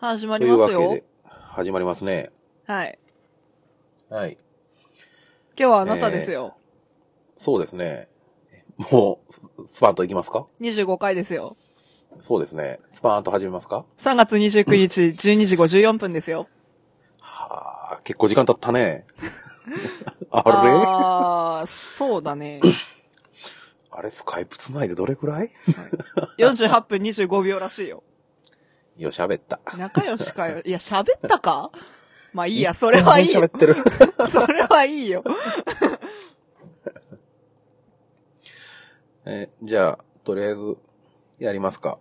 始まとりいうまわすけよで。、始まりますね。はい。はい。今日はあなたですよ。そうですね。もう、ススパーンといきますか25回ですよ。そうですね。スパーンと始めますか3月29日、12時54分ですよ。はあ、結構時間経った ね。あれああー、そうだ ね。れ、スカイプ繋いでどれくらい48分25秒らしいよ。よ、喋った。仲良しか よ。いや、喋ったかまあいいや、それはいい喋よっ。てる。 それはいいよ。 えじゃあ、とりあえず、やりますか。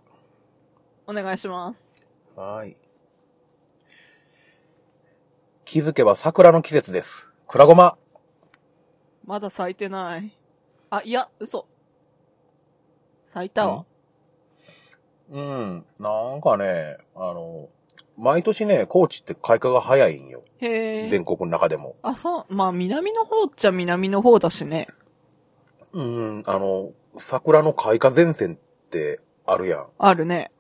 お願いします。はい。気づけば桜の季節です。くらごま。まだ咲いてない。あ、いや、嘘。咲いたわ。うん。なんかね、あの、毎年ね、高知って開花が早いんよ。へえ。全国の中でも。あ、そう、まあ南の方っちゃ南の方だしね。うん、あの、桜の開花前線ってあるやん。あるね。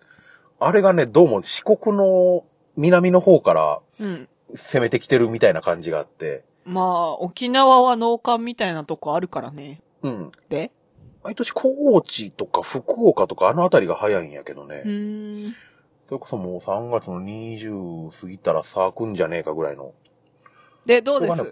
あれがね、どうも四国の南の方からうん。攻めてきてるみたいな感じがあって。まあ、沖縄は農館みたいなとこあるからね。うん。で毎年高知とか福岡とかあの辺りが早いんやけどね。うーん。それこそもう3月の20過ぎたら咲くんじゃねえかぐらいの。で、どうでしょうが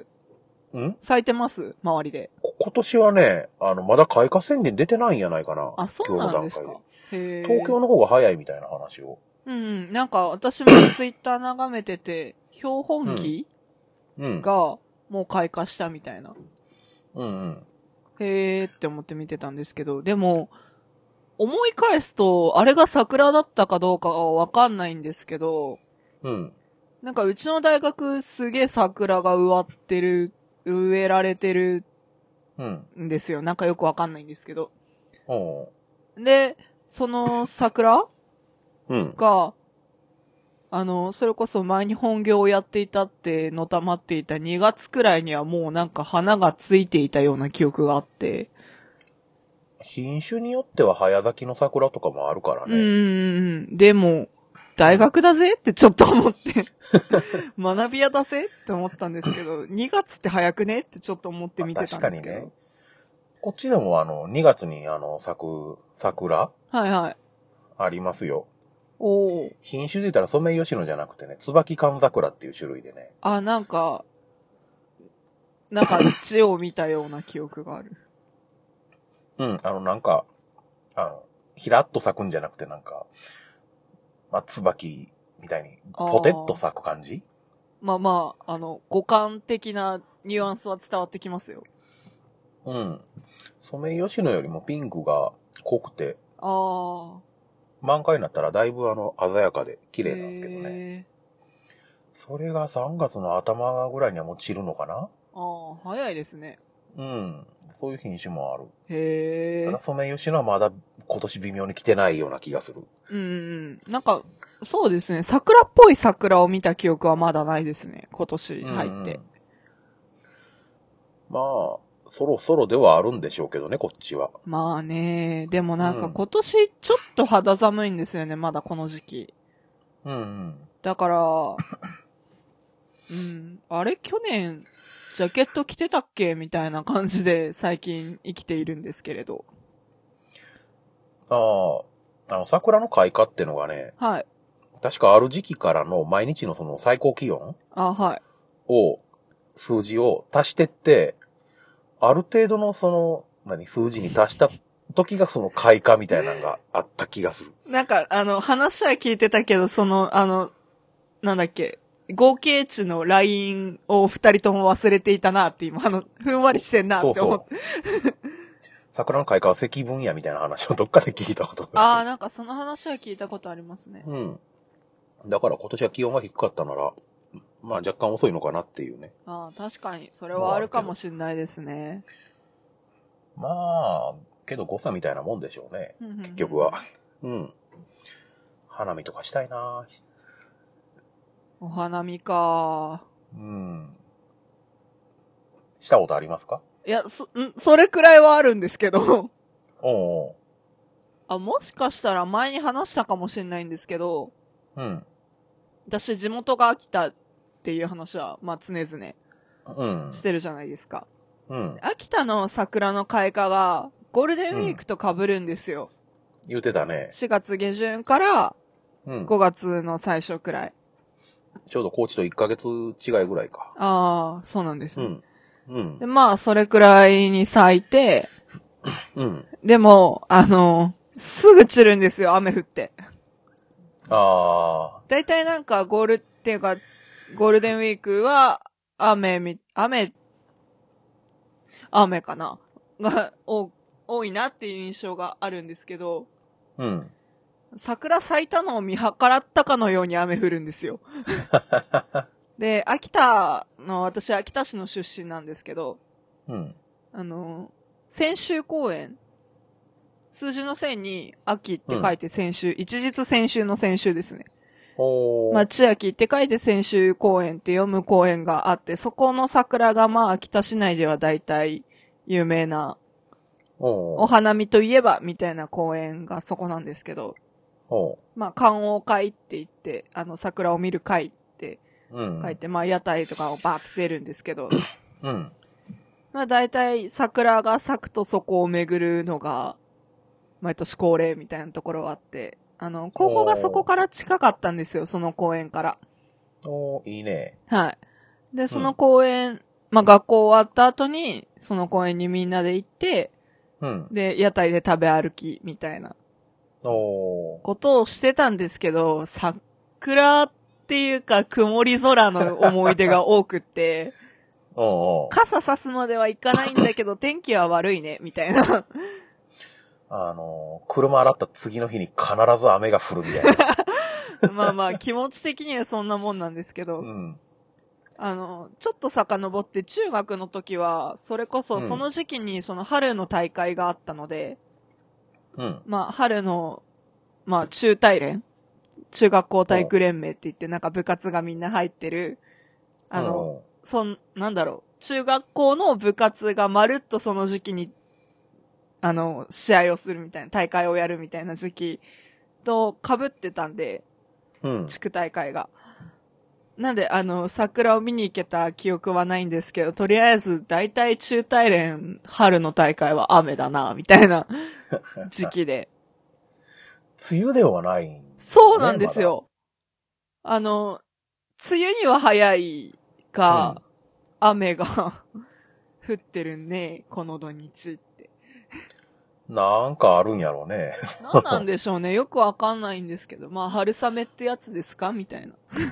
すん咲いてます周りで。こ今年はね、あの、まだ開花宣言出てないんやないかな。あ、そうなんですか今日の段階。へでえ。東京の方が早いみたいな話を。うん。なんか、私もツイッター眺めてて、標本木うん。がもう開花したみたいな。うんうん。へーって思って見てたんですけど、でも、思い返すと、あれが桜だったかどうかはわかんないんですけど、うん。なんかうちの大学すげえ桜が植わってる、植えられてるうん。んですよ。なんかよくわかんないんですけど。おうで、その桜うん。が、あの、それこそ前に本業をやっていたってのたまっていた2月くらいにはもうなんか花がついていたような記憶があって。品種によっては早咲きの桜とかもあるからうね。ーん。でも、大学だぜってちょっと思って。学び屋だぜって思ったんですけど、2月って早くねってちょっと思って見てたんですけど。まあ確かにねこっちでもあの、2月にあの、咲く桜はいはい。ありますよ。おー。品種で言ったらソメイヨシノじゃなくてね、椿寒桜っていう種類でね。あ、なんか、なんか、地を見たような記憶がある。うん、あの、なんか、あの、ひらっと咲くんじゃなくて、なんか、まあ、椿みたいに、あー ポテッと咲く感じまあまあ、あの、五感的なニュアンスは伝わってきますよ。うん。ソメイヨシノよりもピンクが濃くて、ああ。満開になったらだいぶあの、鮮やかで綺麗なんですけどね。ね。それが3月の頭ぐらいにはもう散るのかなああ、早いですね。うん。そういう品種もある。へたえだ。ソメイヨシノはまだ今年微妙に来てないような気がする。うんうん。なんか、そうですね。桜っぽい桜を見た記憶はまだないですね。今年入うんっうんて。まあ、そろそろではあるんでしょうけどね、こっちは。まあね、でもなんうかん今年ちょっと肌寒いんですよね。まだこの時期。うんうん。だから、うん。あれ、去年、ジャケット着てたっけみたいな感じで最近生きているんですけれど。ああ、あの、桜の開花ってのがね、はい。確かある時期からの毎日のその最高気温あ、はい。を、数字を足してって、ある程度のその、何、数字に足した時がその開花みたいなのがあった気がする。なんか、あの、話は聞いてたけど、その、あの、なんだっけ、合計値のラインを二人とも忘れていたなって今、あの、ふんわりしてんなそうって思って。そう。 桜の開花は積分やみたいな話をどっかで聞いたことあがあ、る。なんかその話は聞いたことありますね。うん。だから今年は気温が低かったなら、まあ若干遅いのかなっていうね。ああ、確かに、それはあるかもしんないですね。まあ、けど誤差みたいなもんでしょうね。結結局。は。うん。花見とかしたいなお花見か。うん。したことありますかいや、そ、ん、それくらいはあるんですけど。おうあ、もしかしたら前に話したかもしんないんですけど、おう。うん。私地元が秋田っていう話は、まあ常々うん。してるじゃないですか。うん。秋田の桜の開花がゴールデンウィークと被るんですよ。言うてたね。 4月下旬からうん。 5月の最初くらい。ちょうど高知と1ヶ月違いぐらいか。ああ、そうなんですうね。ん。うんで。まあ、それくらいに咲いて、うん。でも、あの、すぐ散るんですよ、雨降って。ああ。だいたいなんかゴールっていうか、ゴールデンウィークは、雨み、雨、雨かなが、お、多いなっていう印象があるんですけど、うん。桜咲いたのを見計らったかのように雨降るんですよ。で、秋田の、私秋田市の出身なんですけど、うん。あの、先週公演、数字の線に秋って書いて先週、一日先週の先週ですね。おー。まあ、千秋って書いて先週公演って読む公演があって、そこの桜がまあ、秋田市内では大体有名な、おおー。花見といえばみたいな公演がそこなんですけど、おー。まあ、観王会って言って、あの、桜を見る会ってうん。書いて、まあ、屋台とかをバーって出るんですけど、うん。まあ、大体桜が咲くとそこを巡るのが、毎年恒例みたいなところはあって、あの、高校がそこから近かったんですよ、その公園から。おー、いいね。はい。で、その公園、まあ、学校終わった後に、その公園にみんなで行って、うん。で、屋台で食べ歩き、みたいなおー。ことをしてたんですけど、桜っていうか曇り空の思い出が多くって、おーおー。傘さすまではいかないんだけど、天気は悪いね、みたいな。あのー、車洗った次の日に必ず雨が降るみたい な。まあまあ、気持ち的にはそんなもんなんですけど、うん。あの、ちょっと遡って中学の時は、それこそその時期にその春の大会があったので、うん。まあ、春の、まあ、中大連中学校体育連盟って言って、なんか部活がみんな入ってる、あの、おそん、なんだろう、中学校の部活がまるっとその時期に、あの、試合をするみたいな、大会をやるみたいな時期と被ってたんで、ー、うん。地区大会が。なんで、あの、桜を見に行けた記憶はないんですけど、とりあえず、大体中大連春の大会は雨だな、みたいな時期で。梅雨ではないんですねそうなんです。よ。あの、梅雨には早いまだが、雨が 降ってるね、この土日って。うんなんかあるんやろうね。何なんでしょうね。よくわかんないんですけど。まあ、春雨ってやつですかみたいな。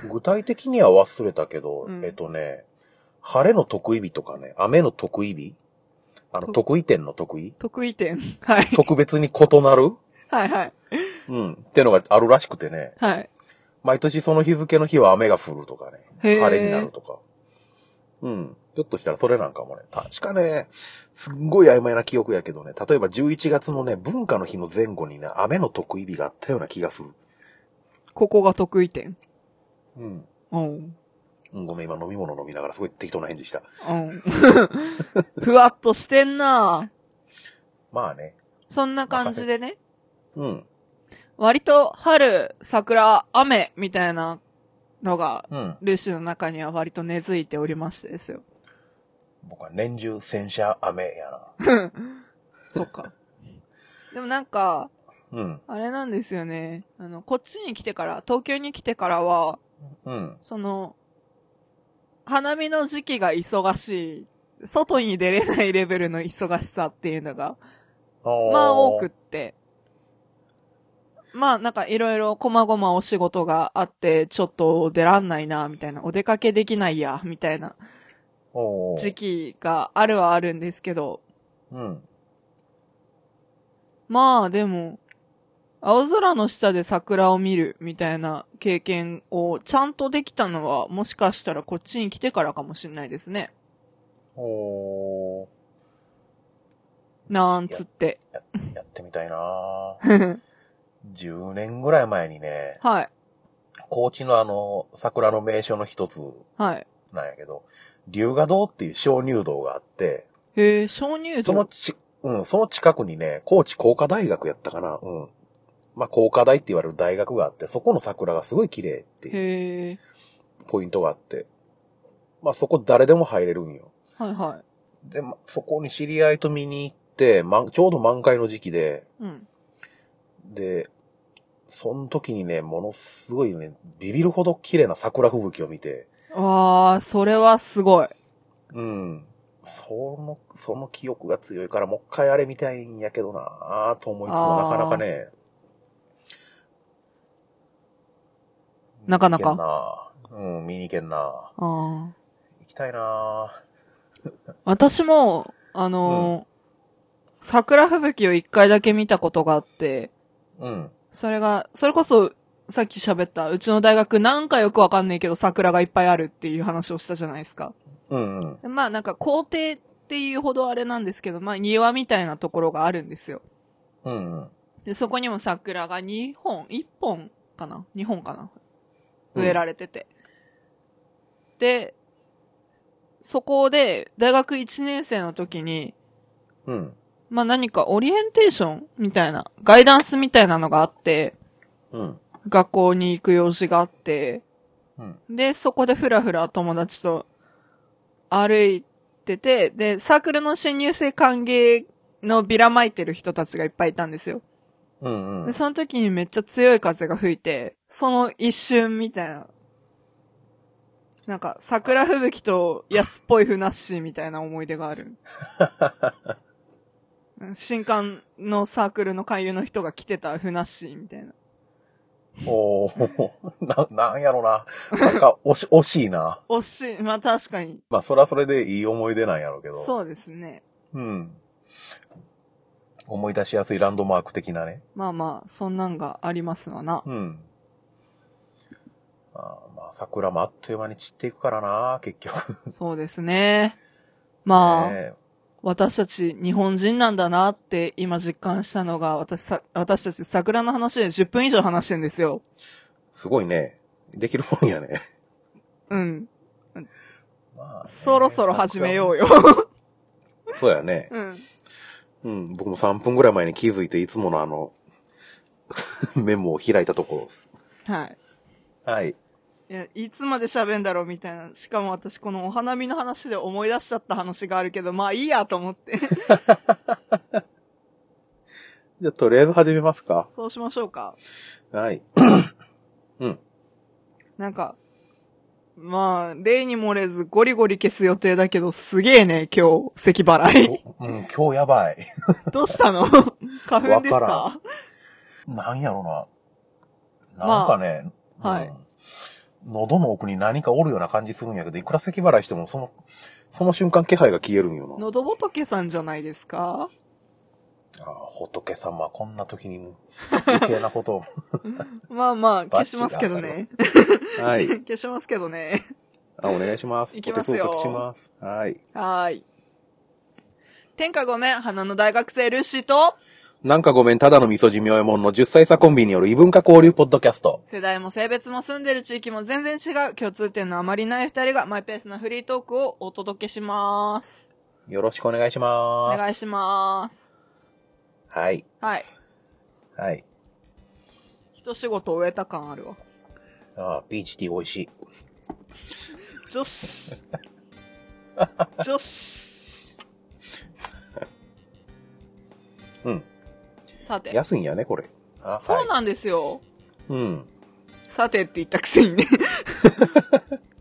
具体的には忘れたけど、うんえっとね、晴れの得意日とかね、雨の得意日あの、と得意点の得意得意点。 はい。特別に異 なるはいはい。うん。ってのがあるらしくてね。はい。毎年その日付の日は雨が降るとかね。へー晴れになるとか。うん。ひょっとしたらそれなんかもね。確かね、すんごい曖昧な記憶やけどね。例えば11月のね、文化の日の前後にね、雨の得意日があったような気がする。ここが得意点。うん。うん。うん、ごめん、今飲み物飲みながらすごい適当な返事した。うん。 ふわっとしてんなまあね。そんな感じでね。うん。割と春、桜、雨みたいなのがうん。ルーシーの中には割と根付いておりましてですよ。僕は年中戦車雨やな。そっか。 でもなんか、うん。あれなんですよね。あの、こっちに来てから、東京に来てからは、うん。その、花見の時期が忙しい、外に出れないレベルの忙しさっていうのが、まあ多くっ。ってまあなんかいろいろこまごまお仕事があって、ちょっと出らんないな、みたいな、お出かけできないや、みたいな時期があるはあるんですけど、うん。まあでも、青空の下で桜を見るみたいな経験をちゃんとできたのはもしかしたらこっちに来てからかもしれないですね。おーなんつって。やってみたいなぁ10年ぐらい前にね、 はい。高知のあの、桜の名所の一つはい。なんやけど、龍河洞っていう鍾乳洞があって、へえ、鍾乳その洞。ち、うん、その近くにね、高知工科大学やったかな、うん。まあ、工科大って言われる大学があって、そこの桜がすごい綺麗っていうへえ。ポイントがあって、まあ、そこ誰でも入れるんよ。はいはで、まそこに知り合いと見に行って、ま、ちょうど満開の時期で、い。うん。で、その時にね、ものすごいね、ビビるほど綺麗な桜吹雪を見て、わあ、それはすごい。うん。その、その記憶が強いから、もう一回あれ見たいんやけどなぁと思いつつも、あなーかなかね。なかなか見に行けんなぁうん、見にあ行けんなぁ行きたいなぁあ。私も、あのー桜吹雪を一回だけ見たことがあって、うん。それが、それこそ、さっき喋った、うちの大学なんかよくわかんないけど桜がいっぱいあるっていう話をしたじゃないですか。うん、うん。まあなんか校庭っていうほどあれなんですけど、まあ庭みたいなところがあるんですよ。うん、うん。で、そこにも桜が2本、1本かな ?2 本かな植えられてて。で、そこで大学1年生の時に、うん。まあ何かオリエンテーションみたいな、ガイダンスみたいなのがあって、うん。学校に行く用事があって、うん。で、そこでふらふら友達と歩いてて、で、サークルの新入生歓迎のビラまいてる人たちがいっぱいいたんですよ。うん。うで、ん。その時にめっちゃ強い風が吹いて、その一瞬みたいな。なんか、桜吹雪と安っぽいふなっしーみたいな思い出があ る。新刊のサークルの勧誘の人が来てたふなっしーみたいな。おー な、なんやろな。なんか、惜し、惜しいな。惜しい。まあ確かに。まあ、それはそれでいい思い出なんやろうけど。そうですね。うん。思い出しやすいランドマーク的なね。まあまあ、そんなんがありますわ な。うん。あーまあ、桜もあっという間に散っていくからな、結局。そうですね。まあ、ねえ私たち日本人なんだなって今実感したのが、私さ、私たち桜の話で10分以上話してんですよ。すごいね。できるもんやね。うん。まあねそろそろ始めようよ。 桜そうやね。うん。うん。僕も3分ぐらい前に気づいて、いつものあの、 メモを開いたところです。はい。はい。いや、いつまで喋んだろうみたいな。しかも私このお花見の話で思い出しちゃった話があるけど、まあいいやと思って。 じゃあ、とりあえず始めますか。そうしましょうか。はい。なんか、まあ、例に漏れずゴリゴリ消す予定だけど、すげえね、今日、咳払い。 おうん、今日やばい。 どうしたの花粉ですかわからなんやろな。まなんあかね、はいうん喉の奥に何かおるような感じするんやけど、いくら咳払いしても、その、その瞬間気配が消えるんよな。喉仏さんじゃないですかああ仏様、こんな時に余計なことを。まあまあ、消しますけどね。 はい。 消しますけどね。あ、お願いします。いきますお手よ数おかけします。はい。はーい。天下ごめん、花の大学生ルーシーと、なんかごめん、ただの味噌汁妙えもんの10歳差コンビによる異文化交流ポッドキャスト。世代も性別も住んでる地域も全然違う共通点のあまりない二人がマイペースなフリートークをお届けします。よろしくお願いしおます。願いします。はい。はい。はい。一仕事終えた感あるわ。ああ、ピーチティー美味しい。女子。女子。うん。さて。安いんやね、これ。あそうなんですよ。はい、うん。さてって言ったくせに ね。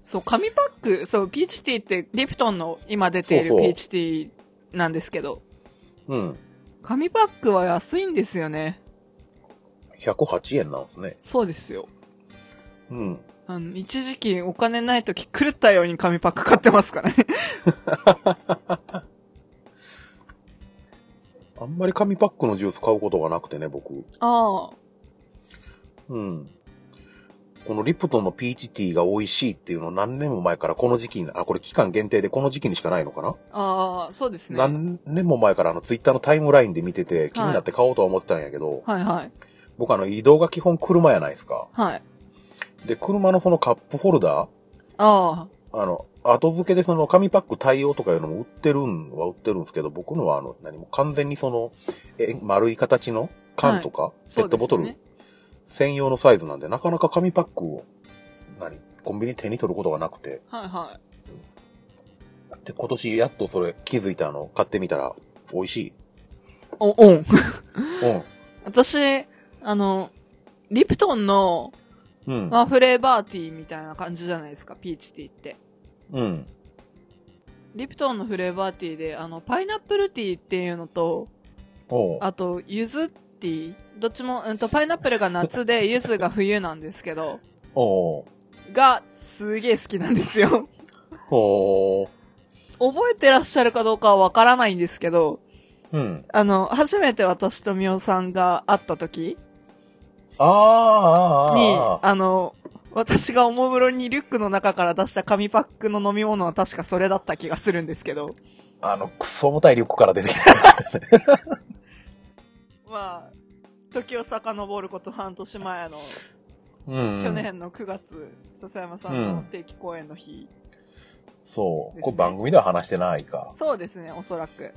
そう、紙パック、そう、ピーチティーって、リプトンの今出ているそうそうピーチティーなんですけど、うん。紙パックは安いんですよね。 108円なんですね。そうですよ。うん。あの、一時期お金ない時狂ったように紙パック買ってます からね。あんまり紙パックのジュース買うことがなくてね、僕。ああ。うん。このリプトンのピーチティーが美味しいっていうのを何年も前からこの時期に、あ、これ期間限定でこの時期にしかないのかな、ああ、そうですね。はい何年も前からあのツイッターのタイムラインで見てて気になって買おうとは思ってたんやけど、はい。僕あの移動が基本車やないですか。はい。で、車のそのカップホルダーああの、後付けでその紙パック対応とかいうのも売ってるんは売ってるんですけど、僕のはあの、何も完全にその、え、丸い形の缶とか、あ。ペットボトルそうですね専用のサイズなんで、なかなか紙パックを、何コンビニ手に取ることがなくて。はいはで、今年やっとそれ気づいたの、買ってみたら、美味しい。い。お、オン。うん。私、あの、リプトンの、うん。まあ、フレーバーティーみたいな感じじゃないですか、ピーチティーって。うん。リプトンのフレーバーティーで、あの、パイナップルティーっていうのと、おう。あと、ゆずティー。どっちも、うんと、パイナップルが夏で、 ゆずが冬なんですけど、おう。が、すげえ好きなんですよ。おう。覚えてらっしゃるかどうかはわからないんですけど、うん。あの、初めて私とみおさんが会った時ああ、あに、ああ、の、私がおもむろにリュックの中から出した紙パックの飲み物は確かそれだった気がするんですけど、あの、クソ重たいリュックから出てきた。まあ、時を遡ること半年前の、う ん。去。年の9月、笹山さんうんの定期公演の日、そですう。ねこれ番組では話してないか。そうですね、おそらく。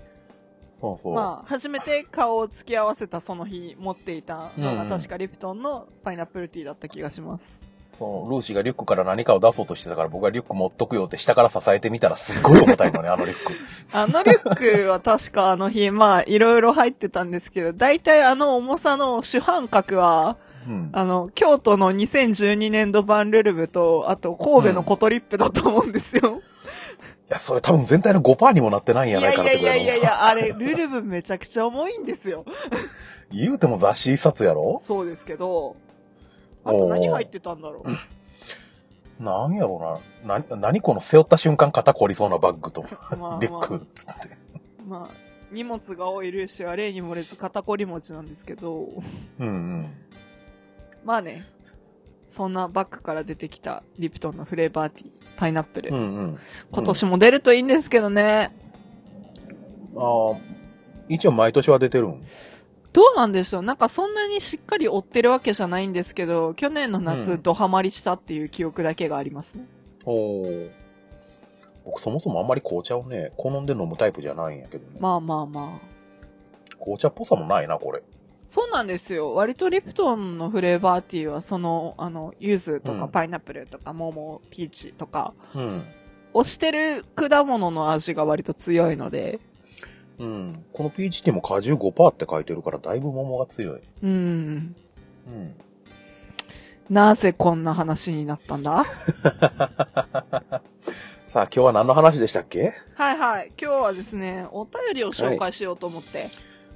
そうそう。まあ、初めて顔を付き合わせたその日持っていたのが確かリプトンのパイナップルティーだった気がします。そう、ルーシーがリュックから何かを出そうとしてたから僕がリュック持っとくよって下から支えてみたらすっごい重たいのね、あのリュック。あのリュックは確かあの日、まあ、いろいろ入ってたんですけど、大体あの重さの主犯格は、うん。あの、京都の2012年度版ルルブと、あと神戸のコトリップだと思うんですよ。いや、それ多分全体の5%にもなってないんいやなやいいかなっやていぐらやいのいやい重 さ。や、あれ、ルルブめちゃくちゃ重いんですよ。言うても雑誌一冊やろそうですけど、あと何入ってたんだろう。なんやろうな。な、何この背負った瞬間肩凝りそうなバッグと、まあリュッまクあっ、て。まあ、荷物が多いルーシーは例に漏れず肩こり持ちなんですけど、うんうん。まあね、そんなバッグから出てきたリプトンのフレーバーティー、パイナップル。うんうん。今年も出るといいんですけどね。ああ、一応毎年は出てるん。どうなんでしょうなんかそんなにしっかり追ってるわけじゃないんですけど、去年のう夏んドハマりしたっていう記憶だけがありますね。おー僕そもそもあんまり紅茶をね、好んで飲むタイプじゃないんやけどね。まあまあまあ。紅茶っぽさもないな、これ。そうなんですよ。割とリプトンのフレーバーティーは、その、あの、柚子とうかんパイナップルとか桃、ピーチとか、うん。押してる果物の味が割と強いので、うん。この PGT も果汁5%って書いてるから、だいぶ桃が強い。うん。うん。なぜこんな話になったん ださあ、今日は何の話でしたっけはいはい。今日はですね、お便りを紹介しようと思って。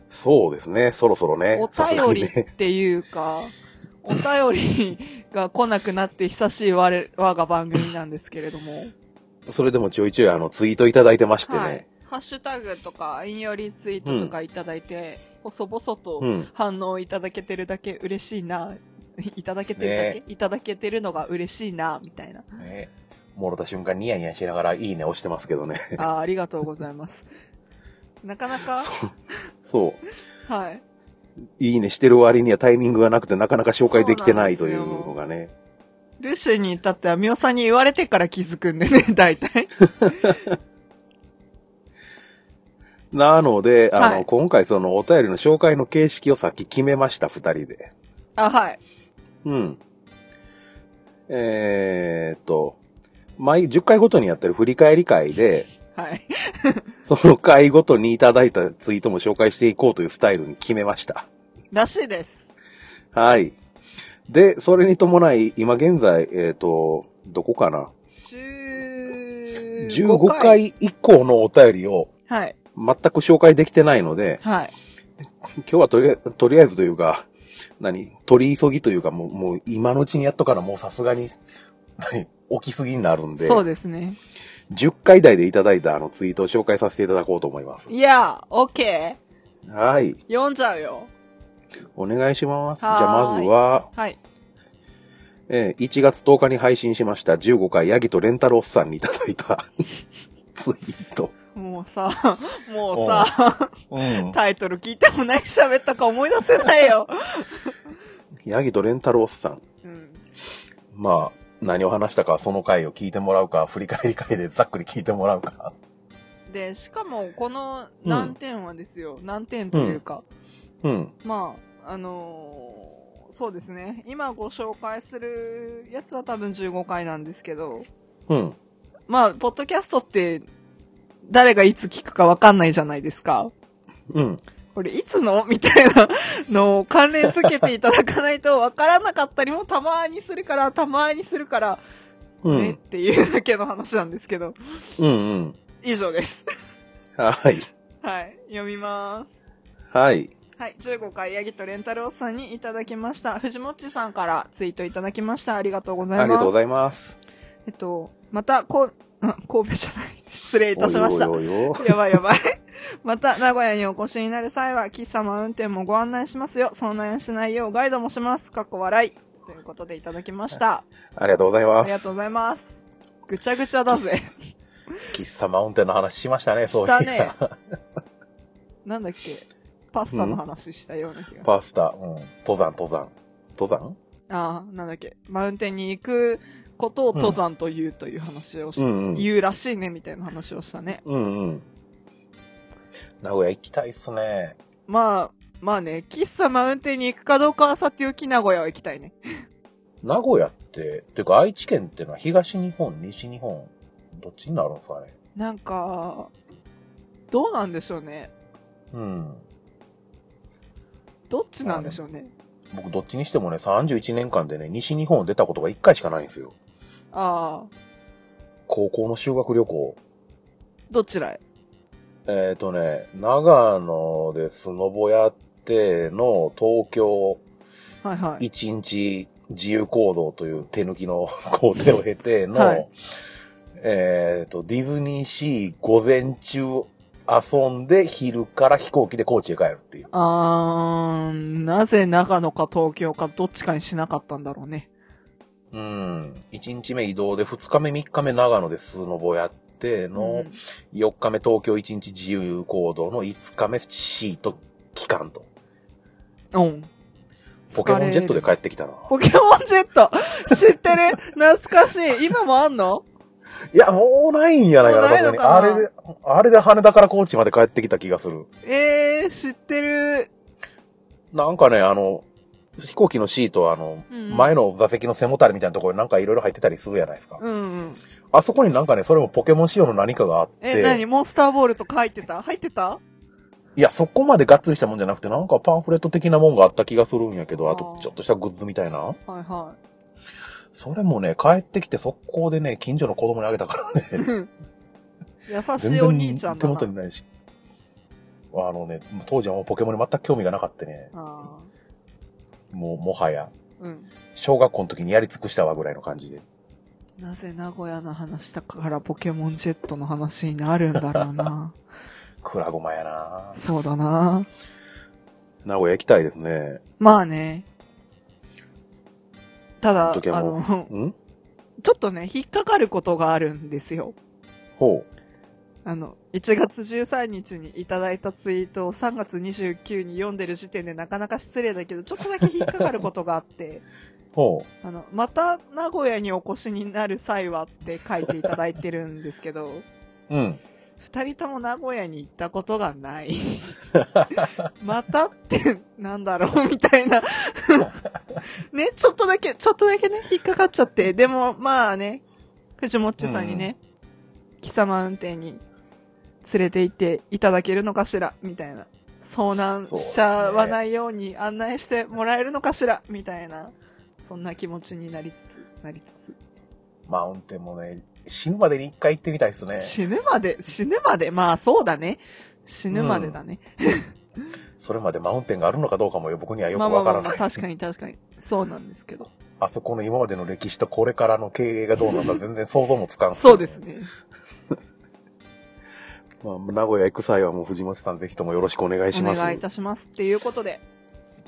そうですね。そろそろね。おさすがに便りね。っていうか、お便りが来なくなって久しい我我が番組なんですけれども。それでもちょいちょいあの、ツイートいただいてましてね。はい。ハッシュタグとか、引用リツイートとかいただいて、細々うとん。反応いただけてるだけ嬉しいな。 いただけてるだけ、ねいただけてるのが嬉しいな、みたいな。ね。もろた瞬間ニヤニヤしながらいいね押してますけどね。あーありがとうございます。なかなか、 そう。そう。はい。いいねしてる割にはタイミングがなくてなかなか紹介できてないというのがね。ルーシーに至っては、ミオさんに言われてから気づくんでね、大体。なので、あの、はい今回そのお便りの紹介の形式をさっき決めました、二人で。あ、はい。うん。えーっと、毎10回ごとにやってる振り返り会で、はい。その回ごとにいただいたツイートも紹介していこうというスタイルに決めました。らしいです。はい。で、それに伴い、今現在、えーっと、どこかな15 ?15。回以降のお便りをはい。全く紹介できてないので、はい。今日はとりあえずとりあえずというか、何取り急ぎというか、もう、もう今のうちにやっとからもうさすがに、何起きすぎになるんで。そうですね。 10回台でいただいたあのツイートを紹介させていただこうと思います。いやー、オッケー。はい。読んじゃうよ。お願いします。じはーいゃあまずは、はい。えー1月10日に配信しました15回ヤギとレンタルおっさんにいただ いたツイート。もうさ、 もうさ、うん。タイトル聞いてもない喋ったか思い出せないよ。ヤギとレンタルおっさん。うん。まあ、何を話したか、その回を聞いてもらうか、振り返り回でざっくり聞いてもらうか。で、しかも、この難点はですよ、難点というか、うん。まあ、あのーそうですね。今ご紹介するやつは多分15回なんですけど、うん。まあ、ポッドキャストって、誰がいつ聞くかわかんないじゃないですか。うん。これいつのみたいなのを関連付けていただかないとわからなかったりもたまにするから、たまにするから、うね、っん。ていうだけの話なんですけど、うんうん。以上です。はい。はい。読みます。はい。はい。15回、ヤギとレンタルおっさんにいただきました。藤もっちさんからツイートいただきました。ありがとうございます。ありがとうございます。えっと、また、こう、あ神戸じゃない。失礼いたしました。おいおいおいおい やばいやばい。また、名古屋にお越しになる際は、喫茶マウンテンもご案内しますよ。遭難しないようガイドもします。かっこ笑い。ということでいただきました。ありがとうございあまりがすと。うございます。ぐちゃぐちゃだぜ。喫茶マウンテンの話しましたね、そういしたう。ね。なんだっけ。パスタの話したような気がする。パスタ、うん。登山、登山。登山ああ、なんだっけ。マウンテンに行くことを登山というという話をし、うんうん言うらしいね、みたいな話をしたね。うんうん。名古屋行きたいっすね。まあ、まあね、喫茶マウンテンに行くかどうかはさておき名古屋は行きたいね。名古屋って、てか愛知県ってのは東日本、西日本、どっちになるんですかね。なんか、どうなんでしょうね。うん。どっちなんでしょうね。僕どっちにしてもね、31年間でね、西日本を出たことが1回しかないんですよ。ああ、高校の修学旅行。どちらへ。えっ、ー、とね、長野でスノボやっての東京はいはい。 1日自由行動という手抜きの 工程を経ての、はいえっ、と、ディズニーシー午前中遊んで昼から飛行機で高知へ帰るっていう。あー、なぜ長野か東京かどっちかにしなかったんだろうね。うん。1日目移動で2日目3日目長野でスノボやっての、うん4日目東京1日自由行動の5日目シート期間と。うん。ポケモンジェットでか帰ってきたな。ポケモンジェット 知ってる懐かしい今もあんのいや、もうないんやないかな、もうなさいのすがかなに。あれで、あれで羽田から高知まで帰ってきた気がする。えー、知ってる。なんかね、あの、飛行機のシートはあの、うん前の座席の背もたれみたいなところになんかいろいろ入ってたりするやないですか。うんうん。あそこになんかね、それもポケモン仕様の何かがあっえ、何て、モンスターボールとか入ってた入ってたいや、そこまでがっつりしたもんじゃなくて、なんかパンフレット的なもんがあった気がするんやけど、ああとーちょっとしたグッズみたいな。はいはそれもね、帰ってきて速攻でね、近所の子供にあげたからね。い。 優全しいお兄然ちゃん手だな元。にないし。あのね、当時はもうポケモンに全く興味がなかったね。あもう、もはや。ーうん。小学校の時にやり尽くしたわぐらいの感じで。なぜ名古屋の話だからポケモンジェットの話になるんだろうな。 クラゴマやなそうだな。名古屋行きたいですね。まあね。ただ、時はあもうの、 んちょっとね、引っかかることがあるんですよ。ほあの、1月13日にいただいたツイートを3月29に読んでる時点でなかなか失礼だけど、ちょっとだけ引っかかることがあって、 う。ほあの、また名古屋にお越しになる際はって書いていただいてるんですけど、う。うん。二人とも名古屋に行ったことがない。 またってなんだろうみたいな。 ね、ちょっとだけ、ちょっとだけね、引っかかっちゃって。でも、まあね、藤もっちさんにね、貴様運転に連れて行っていただけるのかしらみたいな。遭難しちゃわないように案内してもらえるのかしらみたいな。そんな気持ちになりつつ、なりつつ。マウンテンもね、死ぬまでに一回行ってみたいですね。死ぬまで、死ぬまで、まあそうだね。死ぬまでだね。それまでマウンテンがあるのかどうかもよ僕にはよくまあまわあまかあらまあ、ない。確かに確かに。そうなんですけど。あそこの今までの歴史とこれからの経営がどうなんだ全然想像もつかん。そうです。ね。まあ、名古屋行く際はもう藤本さんぜひともよろしくお願いしおます。願いいたします。っていうことで、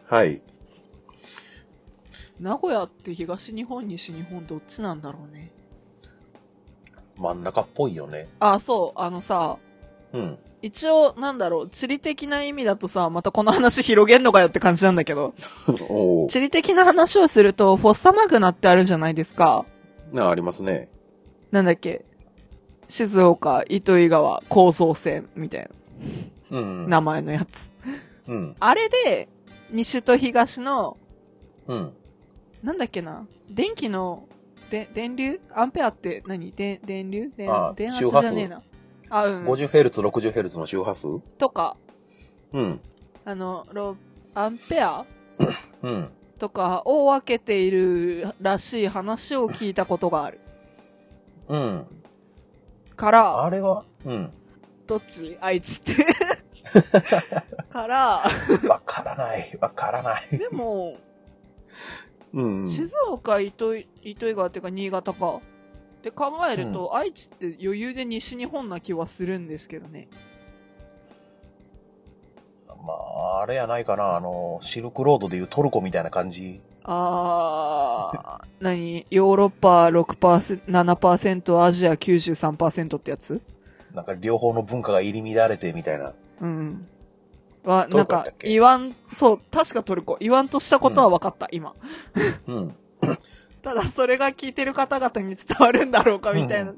はい。名古屋って東日本、西日本どっちなんだろうね。真ん中っぽいよね。あ、そう、あのさ、 うん。一応、なんだろう、地理的な意味だとさ、またこの話広げんのかよって感じなんだけど、おお。地理的な話をすると、フォッサマグナってあるじゃないですか。なあ、ありますね。なんだっけ。静岡、糸魚川、構造線、みたいうん。な名前のやつ。うん。あれで、西と東のうん。なんだっけな電気の、で、電流アンペアって何で電流電あ電圧周波じ数ゃねえな。あ、うん。 50Hz、60Hz の周波数とか、うん。あの、ロアンペアうん。とかを分けているらしい話を聞いたことがある。うん。から、あれは、 うん。どっちあいつ って。から、わからない。わからない。でも、うん。静岡、糸魚糸魚川っていうか新潟か。って考えると、愛知って余裕で西日本な気はするんですけどね。まあ、あれやないかな。あの、シルクロードでいうトルコみたいな感じ。あー、何ヨーロッパ6%、7%、アジア93%ってやつなんか両方の文化が入り乱れてみたいな。うん。は、なトルんコだっかたっ、け言わん、そう、確かトルコ。言わんとしたことは分かった、今。うん。ただ、それが聞いてる方々に伝わるんだろうか、みたいな、う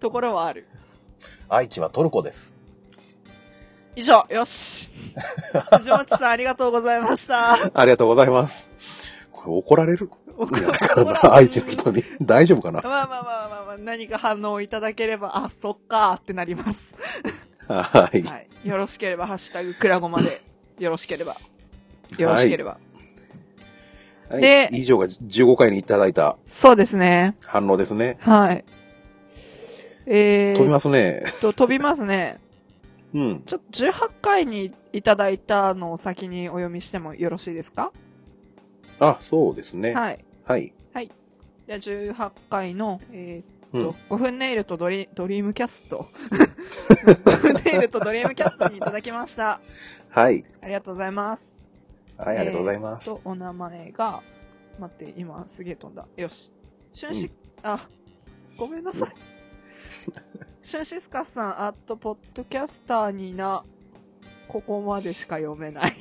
ところはある。愛知はトルコです。以上、よ し。藤本さん、ありがとうございました。ありがとうございます。これ怒ら れる僕いやだからな愛知の人に。大丈夫かなまあまあまあまあまあ、何か反応いただければ、あ、そっかーってなります。はい。はい。よろしければ、ハッシュタグ、くらごま で、よろしければ。よろしければ。はいで以上が15回にいただいたそうですね。反応ですね。はい。えー、飛びますね。す。と、飛びますね。うん。ちょっと18回にいただいたのを先にお読みしてもよろしいですかあ、そうですね。はい。はい。じゃあ18回の、えうーんっ。と、5分ネイルとドリドリームキャス ト。5分ネイルとドリームキャストにいただきました。はい。ありがとうございます。はい、ありがとうございます。と、お名前が、待って、今すげえ飛んだ。よし。春し、あ、ごめん なさい。シュンシスカスさん、アットポッドキャスターにな、ここまでしか読めない。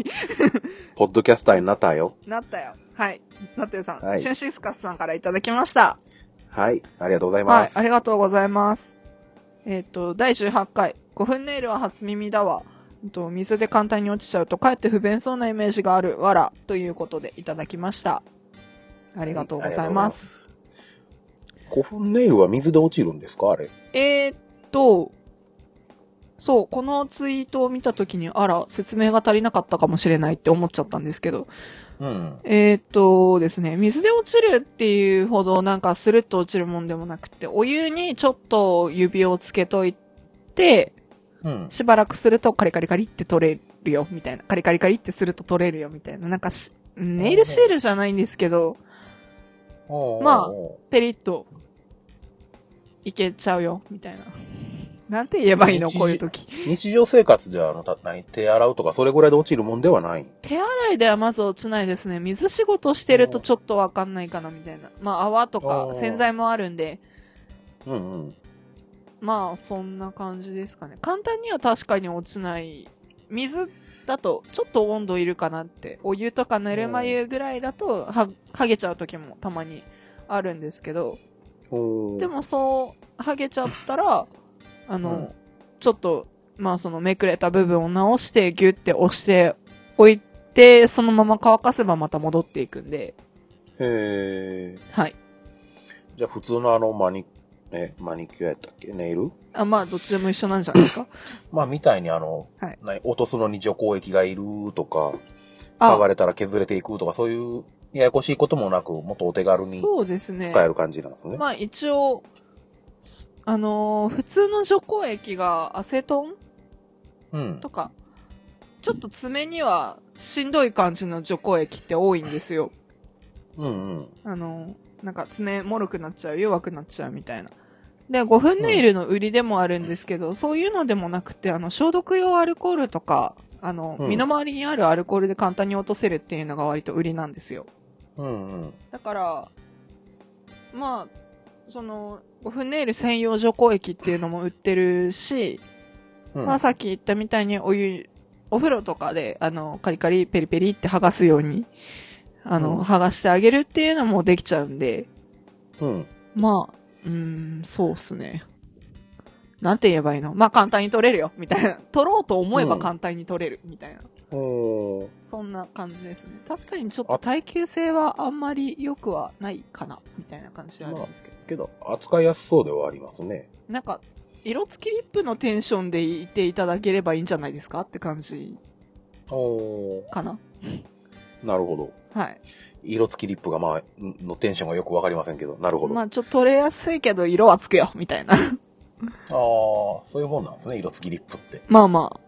ポッドキャスターになったよ。なったよ。はい。なってるさん、はいシュンシスカスさんからいただきました。はい。ありがとうございはまい、す。ありがとうございます。えっ、と、第18回、5分ネイルは初耳だわ。えっと水で簡単に落ちちゃうと、かえって不便そうなイメージがある、わら、ということでいただきました。ありがとうございます。す。古墳ネイルは水で落ちるんですかあれ。えーっと、そう、このツイートを見たときに、あら、説明が足りなかったかもしれないって思っちゃったんですけど、うん。えーっとですね、水で落ちるっていうほどなんかスルッと落ちるもんでもなくて、お湯にちょっと指をつけといて、うん。しばらくするとカリカリカリって取れるよ、みたいな。カリカリカリってすると取れるよ、みたいな。なんかし、ネイルシールじゃないんですけど、まペリッと、いけちゃうよ、みたいな。なんて言えばいいの一時こういう時。日常生活ではあの、た何手洗うとか、それぐらいで落ちるもんではない。手洗いではまず落ちないですね。水仕事してるとちょっとわかんないかな、みたいな。まあ、泡とかおー洗剤もあるんで、うんうん。まあ、そんな感じですかね。簡単には確かに落ちない。水だと、ちょっと温度いるかなって。お湯とかぬるま湯ぐらいだと、は、はげちゃう時もたまにあるんですけど、おーで、もそう、はげちゃったら、あの、うんちょっと、まあそのめくれた部分を直して、ギュって押しておいて、そのまま乾かせばまた戻っていくんで、えー、はい。じゃあ普通のあの、マニ、え、マニキュアやったっけネイルあまあ、どっちでも一緒なんじゃない ですか。まあ、みたいにあの、はい何落とすのに除光液がいるとか、あ剥がれたら削れていくとか、そういう、ややこしいこともなく、もっとお手軽にそうですね。使える感じなんですね。まあ一応、すあのー普通の除光液がアセトンうんと。か、ちょっと爪にはしんどい感じの除光液って多いんですよ。うんうん。あのーなんか爪もろくなっちゃう、弱くなっちゃうみたいな。で、5分ネイルの売りでもあるんですけど、そういうのでもなくて、あの、消毒用アルコールとか、あの、うん身の回りにあるアルコールで簡単に落とせるっていうのが割と売りなんですよ。うんうん。だから、まあ、その、5分ネイル専用除光液っていうのも売ってるし、うんまあさっき言ったみたいにお湯、お風呂とかで、あの、カリカリペリペリって剥がすように、あの、うん剥がしてあげるっていうのもできちゃうんで、うん。まあ、うーん、そうっすね。 なんて言えばいいのまあ簡単に取れるよ、みたいな。取ろうと思えば簡単に取れる、みたいな。おーそんな感じですね。確かにちょっと耐久性はあんまり良くはないかな、みたいな感じであるんですけど。けど、扱いやすそうではありますね。なんか、色付きリップのテンションでいていただければいいんじゃないですかって感じおかな。なるほど。はい。色付きリップが、まあ、んのテンションがよくわかりませんけど、なるほど。まああちょっと取れやすいけど色はつくよ、みたいな。 あ、そういうもんなんですね、色付きリップって。まあまあ。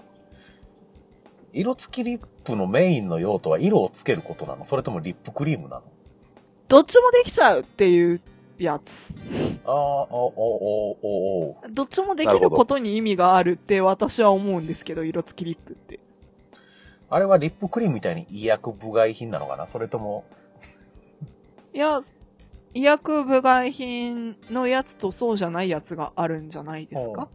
色付きリップのメインの用途は色をつけることなのそれともリップクリームなのどっちもできちゃうっていうやつ。ああ、お、お、お、お、お。どっちもでなきるるほどことに意味があるって私は思うんですけど、色付きリップって。あれはリップクリームみたいに医薬部外品なのかなそれとも、いや、医薬部外品のやつとそうじゃないやつがあるんじゃないですか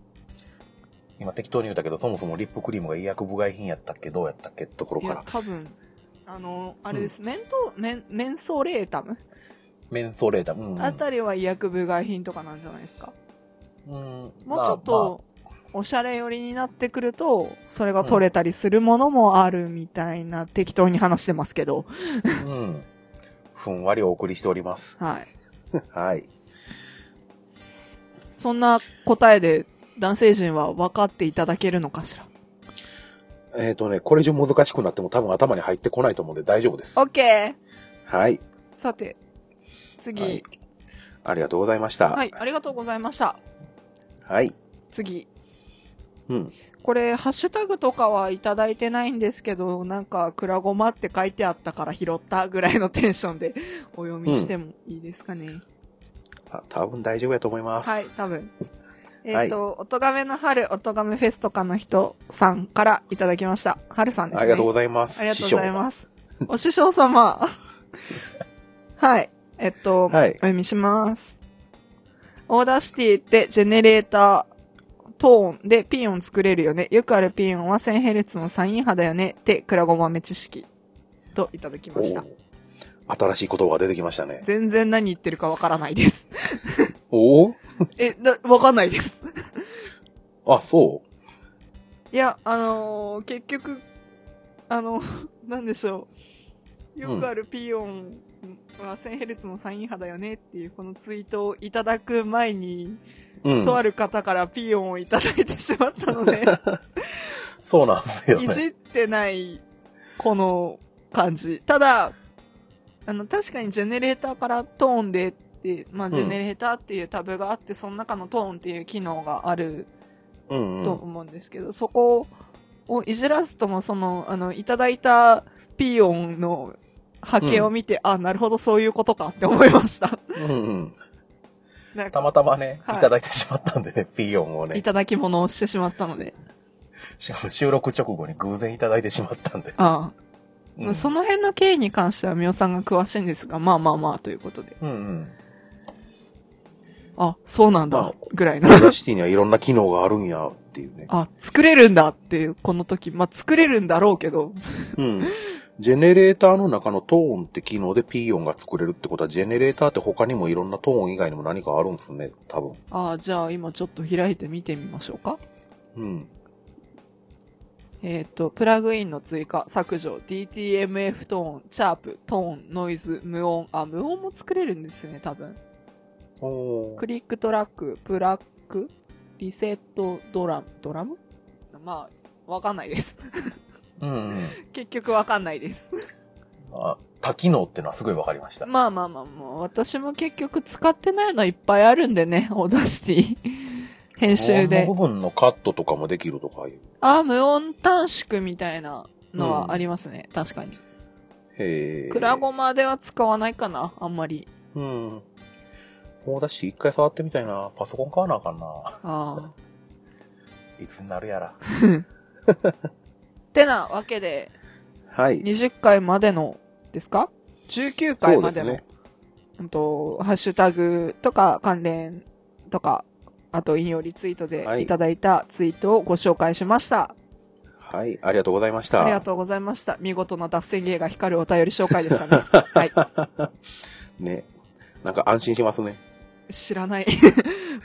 今適当に言ったけど、そもそもリップクリームが医薬部外品やったっけどうやったっけってところいかやら、。多分、あの、あれです。メント、メン、メンソーレータム、メンソーレーター。うん、うん。あたりは医薬部外品とかなんじゃないですか。うん、もうちょっまあまあと、おしゃれ寄りになってくると、それが取れたりするものもあるみたいな、適当に話してますけど。うん。ふんわりお送りしており ます。はい。はい。そんな答えで男性陣は分かっていただけるのかしら。えっ、とね、これ以上難しくなっても多分頭に入ってこないと思うんで大丈夫です。 OK! はい。さて、次。ははいい、ありがとうございました。はい。ありがとうございました。次。うん。これ、ハッシュタグとかはいただいてないんですけど、なんか、くらごまって書いてあったから拾ったぐらいのテンションでお読みしてもいいですかね。あ多分大丈夫やと思います。はい、多 分。えっ、と、おとがめの春、おとがめフェスとかの人さんからいただきました。春さんですね。ありがとうございざいます。。ありがとうございますす。お師匠様。 はい。えっと、はいお読みします。オーダーシティってジェネレーター、トーンでピン音作れるよね。よくあるピン音は 1000Hz のサイン波だよね。って、くらごまめ知識。といただきました。おー新しい言葉が出てきましたね。全然何言ってるかわからないです。おおえ、なわかんないです。あ、そう。いや、あのー結局、あの、 なんでしょう。よくあるピーオンは 1000Hz のサイン波だよねっていうこのツイートをいただく前に、うん。とある方からピーオンをいただいてしまったので、そうなんですよいじね。ってない、この感じ。ただ、あの、確かにジェネレーターからトーンでって、まあ、ジェネレーターっていうタブがあって、その中のトーンっていう機能があるうん、うとん。思うんですけど、そこをいじらずとも、その、あの、いただいたピー音の波形を見て、あ、なるほど、そういうことかって思いま した。うんうん。なんたか、またまね、、はいいただいてしまったんでね、ピヨンをいね。ただき物をしてしまったので。しかも収録直後に偶然いただいてしまったんで。ああ、うん、その辺の経緯に関しては、みおさんが詳しいんですが、まあまあまあ、ということで。うんうん。あ、そうなんまあだ、ぐらいのオ。ーダーシティにはいろんな機能があるんやっていうね。あ、作れるんだっていう、この時。まあ、作れるんだろうけど。うん。ジェネレーターの中のトーンって機能で P 音が作れるってことは、ジェネレーターって他にもいろんなトーン以外にも何かあるんですね、多分。ああ、じゃあ今ちょっと開いて見てみましょうか。うん。えっ、と、プラグインの追加、削除、DTMF トーン、チャープ、トーン、ノイズ、無音。あ、無音も作れるんですね、多分。おークリックトラック、ブラック、リセット、ドラム、ドラムまあ、わかんないです。 うん、うん。結局わかんないです。あ、多機能ってのはすごいわかりました。まあまあまあ、もう私も結局使ってないのいっぱいあるんでね、 オーダーシティ。編集で無音。の部分のカットとかもできるとかいう。あ、無音短縮みたいなのはありますね、確かに。へえ。クラゴマでは使わないかな、あんまり。うん。オーダーシティ一回触ってみたいな。パソコン買わなあかんな。ああ。いつになるやら。ってなわけで、はい。 20回までの、ですか ?19 回までの、そうでうんと、ハッシュタグとか関連とか、あと引用リツイートはでいいただいたツイートをご紹介しました。はい。ありがとうございました。ありがとうございました。見事な脱線芸が光るお便り紹介でした ね。はい。ね。なんか安心しますね。 知らない。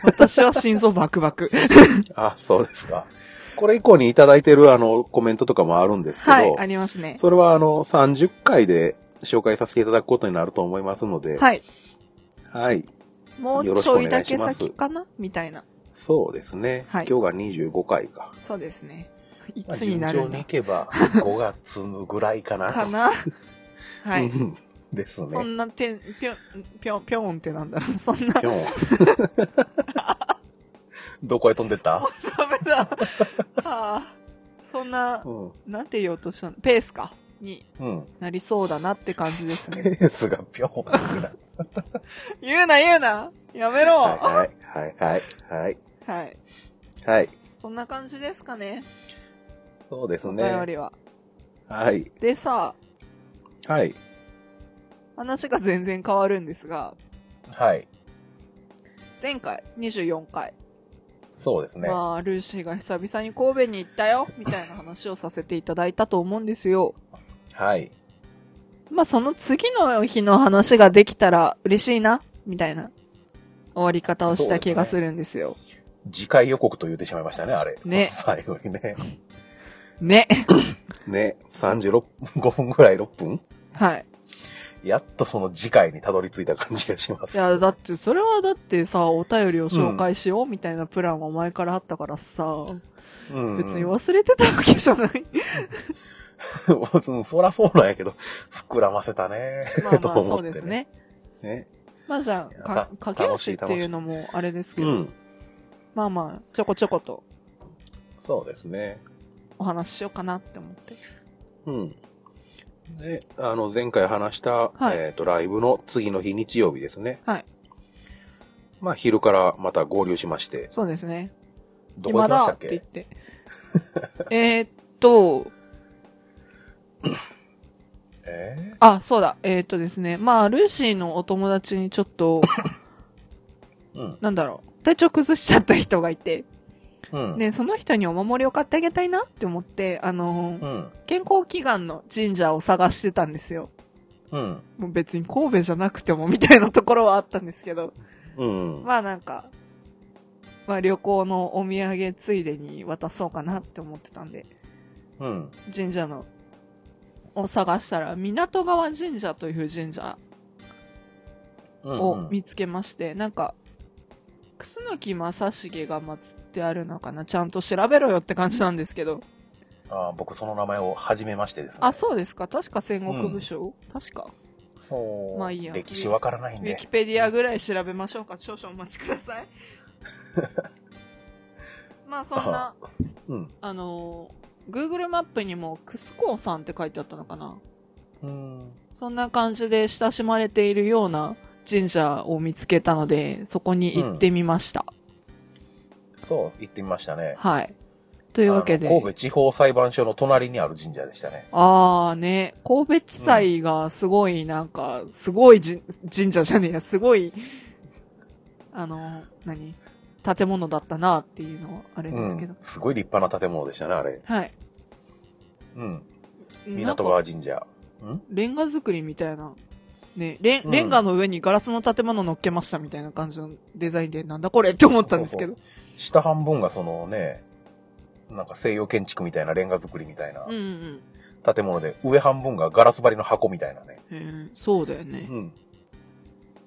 私は心臓バクバク。あ、そうですか。これ以降にいただいてるあの、コメントとかもあるんですけど、はい、ありますね。それはあの、30回で紹介させていただくことになると思いますので、はい。はい。もうよろしちくおょ願いいしまだすけ先かなみたいな。そうですね。はい今日が25回か。そうですね。いまあつにな順る調んにいだけば、5月のぐらいか な。か なはうい。んですね。そんなてん、ぴょん、ぴょん、ぴょんってなんだろ う。そんなぴ、ょ んどこへ飛んでったダメだ。はあ、そんなう、ん。なんて言おうとしたのペースかにうん。なりそうだなって感じです ね。ペースがぴょんぐらい。言うな言うなやめろははいはいはいはいはい。い、はい。そんな感じですかね。そうですおね。便りは。はい。でさ、はい。話が全然変わるんですが、はい。前回、24回、そうですね。まあ、ルーシーが久々に神戸に行ったよ、みたいな話をさせていただいたと思うんですよ。はい。まあ、その次の日の話ができたら嬉しいな、みたいな終わり方をした気がするんですよ。次回予告と言ってしまいましたね、あれ。ねそ の最後にね。ね。 ね。36分、5分ぐらい6分はい。やっとその次回にたどり着いた感じがしまいす。や、だって、それはだってさ、お便りを紹介しようみたいなプランは前からあったからさ、うん別に忘れてたわけじゃない。 うんそらそうなんやけど、膨らませたね。ま あとまあ、思そっうてねですね。ね。まあじゃいやあ、か、た駆け足っていうのもあれですけうど、ん。まあまあ、ちょこちょことそうですね。お話ししようかなって思って。うん。で、あの、前回話した、はいえっ、と、ライブの次の日日曜日ですね。はい。まあ、昼からまた合流しまして、そうですね。どこ行きましたっって言っけて。 えーっと、えあ、そうだ、えーっとですね。まあ、ルーシーのお友達にちょっと、 ーうん。なんだろう、体調崩しちゃった人がいて、うん。で、その人にお守りを買ってあげたいなって思って、あのうー、ん。健康祈願の神社を探してたんですよ。うん。もう別に神戸じゃなくてもみたいなところはあったんですけど、うん。まあなんか、まあ旅行のお土産ついでに渡そうかなって思ってたんで、うん。神社の、を探したら、港川神社という神社うん。を見つけまして、なんか、楠木正成が祀ってあるのかなちゃんと調べろよって感じなんですけど。あー僕、その名前を初めましてですね。あ、そうですか確か戦国武将、確か。ほうまあいいや歴史わからないんウィでキ。ペディアぐらい調べましょうか。少々お待ちくださ い。まあそんな、うん。あのー、Google マップにもクスコーさんって書いてあったのかなうん。そんな感じで親しまれているような神社を見つけたので、そこに行ってみました。そう、行ってみましたね。はい。というわけで。あの神戸地方裁判所の隣にある神社でしたね。ああね、神戸地裁がすごいなんか、すごいじ神社じゃねえや、すごい、あの、何建物だったなっていうのはあれうですけどん。。すごい立派な建物でしたね、あれ。はい。うん。なん港か川神社。んレンガ作りみたいな。ね、レうンんレンガの上にガラスの建物乗っけましたみたいな感じのデザインで、なんだこれって思ったんですけど。下半分がそのね、なんか西洋建築みたいなレンガ造りみたいなうんうん建物で、上半分がガラス張りの箱みたいなね。うん。へーそうだよね。うん。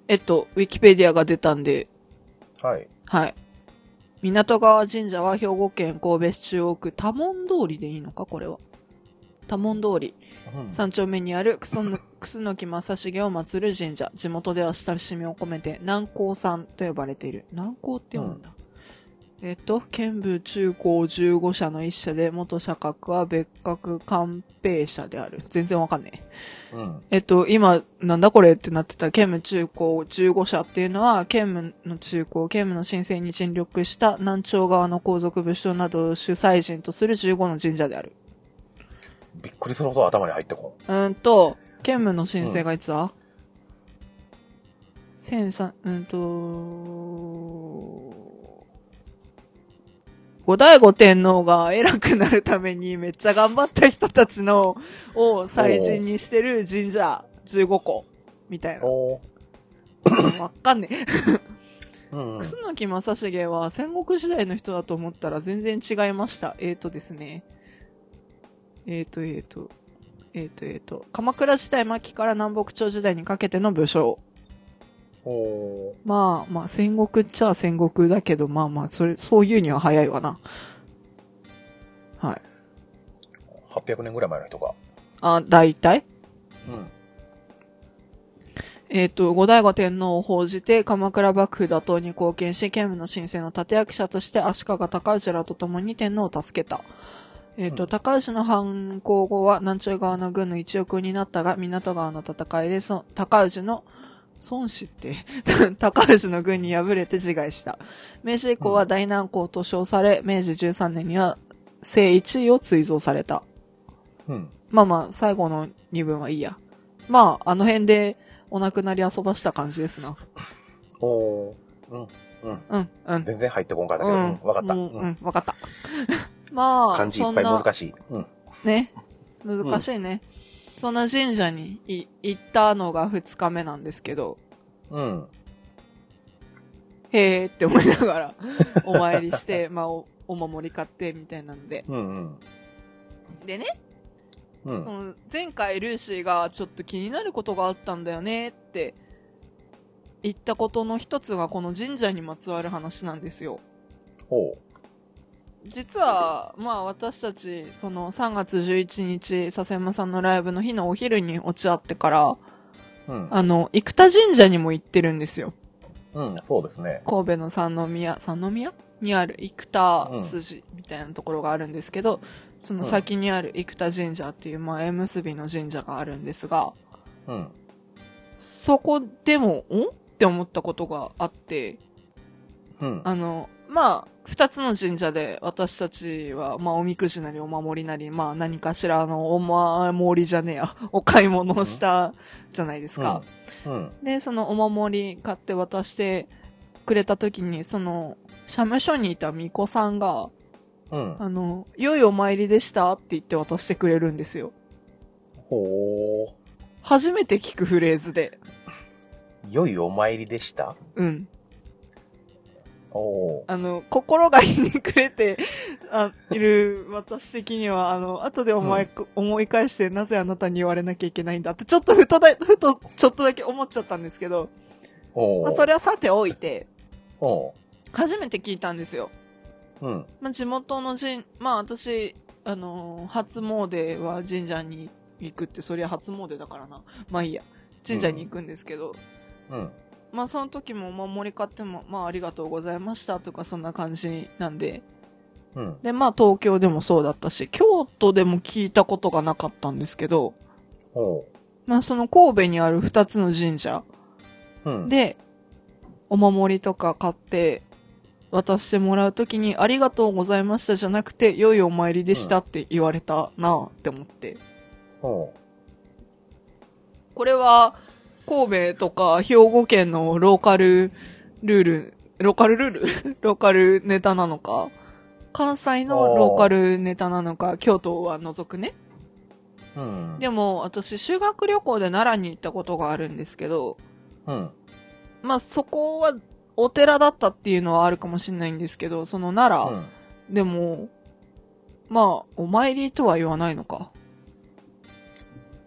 えっと、ウィキペディアが出たんで、はい。はい。港川神社は兵庫県神戸市中央区多門通りでいいのかこれは。多門通り。うん三丁目にある楠楠木正成を祀る神社。地元では親しみを込めて南高さんと呼ばれている。南高って読むんだ。えっと、県部中高15社の一社で、元社格は別格官兵社である。全然わかんねえ。うん。えっと、今、なんだこれってなってた、兼務中高15社っていうのは、兼務の中高、兼務の申請に尽力した南朝側の皇族武将などを主催人とする15の神社である。びっくりするほど頭に入ってこうーんと、兼務の申請がいつだ、千三、うーんと、後醍醐天皇が偉くなるためにめっちゃ頑張った人たちの、を祭神にしてる神社15個、みたいん。な。おーわかんねえ。うんうん。楠木正成は戦国時代の人だと思ったら全然違いました。えーとですね。えーと、えーと、えーと、えーと、鎌倉時代末期から南北朝時代にかけての武将。おーまあまあ戦国っちゃ戦国だけど、まあまあ、それ、そういうには早いわな。はい。 800年ぐらい前の人が。あ、大体うん。えっ、と、後醍醐天皇を報じて、鎌倉幕府打倒に貢献し、兼務の神聖の立役者として足利高氏らと共に天皇を助けた。えっ、と、うん高氏の反抗後は南中側の軍の一翼になったが、港川の戦いで、そ高氏の、孫子って、 高氏の軍に敗れて自害した。明治以降は大南光と称され、明治13年には正一位を追贈された。うん。まあまあ、最後の2文はいいや。まあ、あの辺でお亡くなり遊ばした感じですな。おーうん。うん。うん、うん。全然入ってこんかったけうど、うんん。わかった。う。もううんん、わかった。 まあ、漢字いそっんぱいな、難しい。うん。ね、難しいね。そんな神社にい行ったのが2日目なんですけど、うん。へーって思いな がらお参りして、まあお、お守り買ってみたいなんで。うんうん。でね、うそん。の前回ルーシーがちょっと気になることがあったんだよねって言ったことの一つがこの神社にまつわる話なんですよ。おう。実は、まあ私たち、その3月11日、笹山さんのライブの日のお昼に落ち合ってから、うん。あの、生田神社にも行ってるんですよ。うん。そうですね。神戸の三宮、三宮にある生田筋みたいなところがあるんですけど、その先にある生田神社っていう、まあ縁結びの神社があるんですが、うん。そこでも、んって思ったことがあって、うん。あの、まあ、二つの神社で私たちは、まあ、おみくじなりお守りなり、まあ、何かしらのお守りじゃねえや、 お買い物をしたじゃないですか。うん。で、そのお守り買って渡してくれた時に、その、社務所にいた巫女さんが、うん。あの、良いお参りでしたって言って渡してくれるんですよ。ほー。初めて聞くフレーズで。良いお参りでしたうん。おー。あの、心がひねくれてあいる私的には、あの、後でお前、思い返して、なぜあなたに言われなきゃいけないんだって、ちょっとふとだ、 ふと、ちょっとだけ思っちゃったんですけど、おー。まあ、それはさておいて、おー。初めて聞いたんですよ。うん。まあ、地元の神、まあ私、あのー初詣は神社に行くって、そりゃ初詣だからな。まあいいや。神社に行くんですけど、うん。まあその時もお守り買っても、まあありがとうございましたとか、そんな感じなんで、うん。で、まあ東京でもそうだったし、京都でも聞いたことがなかったんですけど、おー。まあその神戸にある二つの神社うん。で、お守りとか買って渡してもらうときに、ありがとうございましたじゃなくて、良いお参りでしたって言われたなあって思って。おー。これは、神戸とか兵庫県のローカルルール、ローカルルール ローカルネタなのか、関西のローカルネタなのか、京都は除くね。うん。でも私修学旅行で奈良に行ったことがあるんですけど、うん。まあそこはお寺だったっていうのはあるかもしれないんですけど、そのう奈ん。良でも、まあお参りとは言わないのか。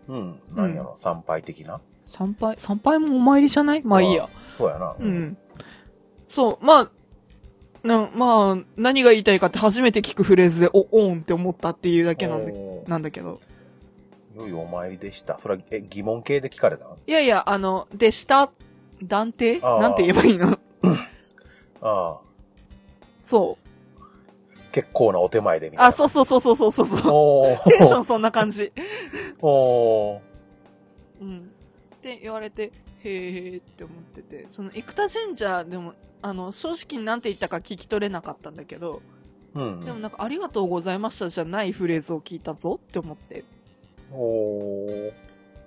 うん。何やろ、参拝的な参拝参拝もお参りじゃないまあいいや。そうやな。う。ん。そう、まあ、な、まあ、何が言いたいかって初めて聞くフレーズで、お、おんって思ったっていうだけなんだおーなんだけど。良いお参りでした。それは、え、疑問系で聞かれたのいやいや、あの、でした、断定あーなんて言えばいいのああ。そう。結構なお手前でみたいな。あ、そうそうそうそうそうそうそう。おー。テンションそんな感じ。 おー。うん。って言われて、へーって思ってて、その生田神社でも、あの、正直になんて言ったか聞き取れなかったんだけど、うん。でもなんか、ありがとうございましたじゃないフレーズを聞いたぞって思って。おー。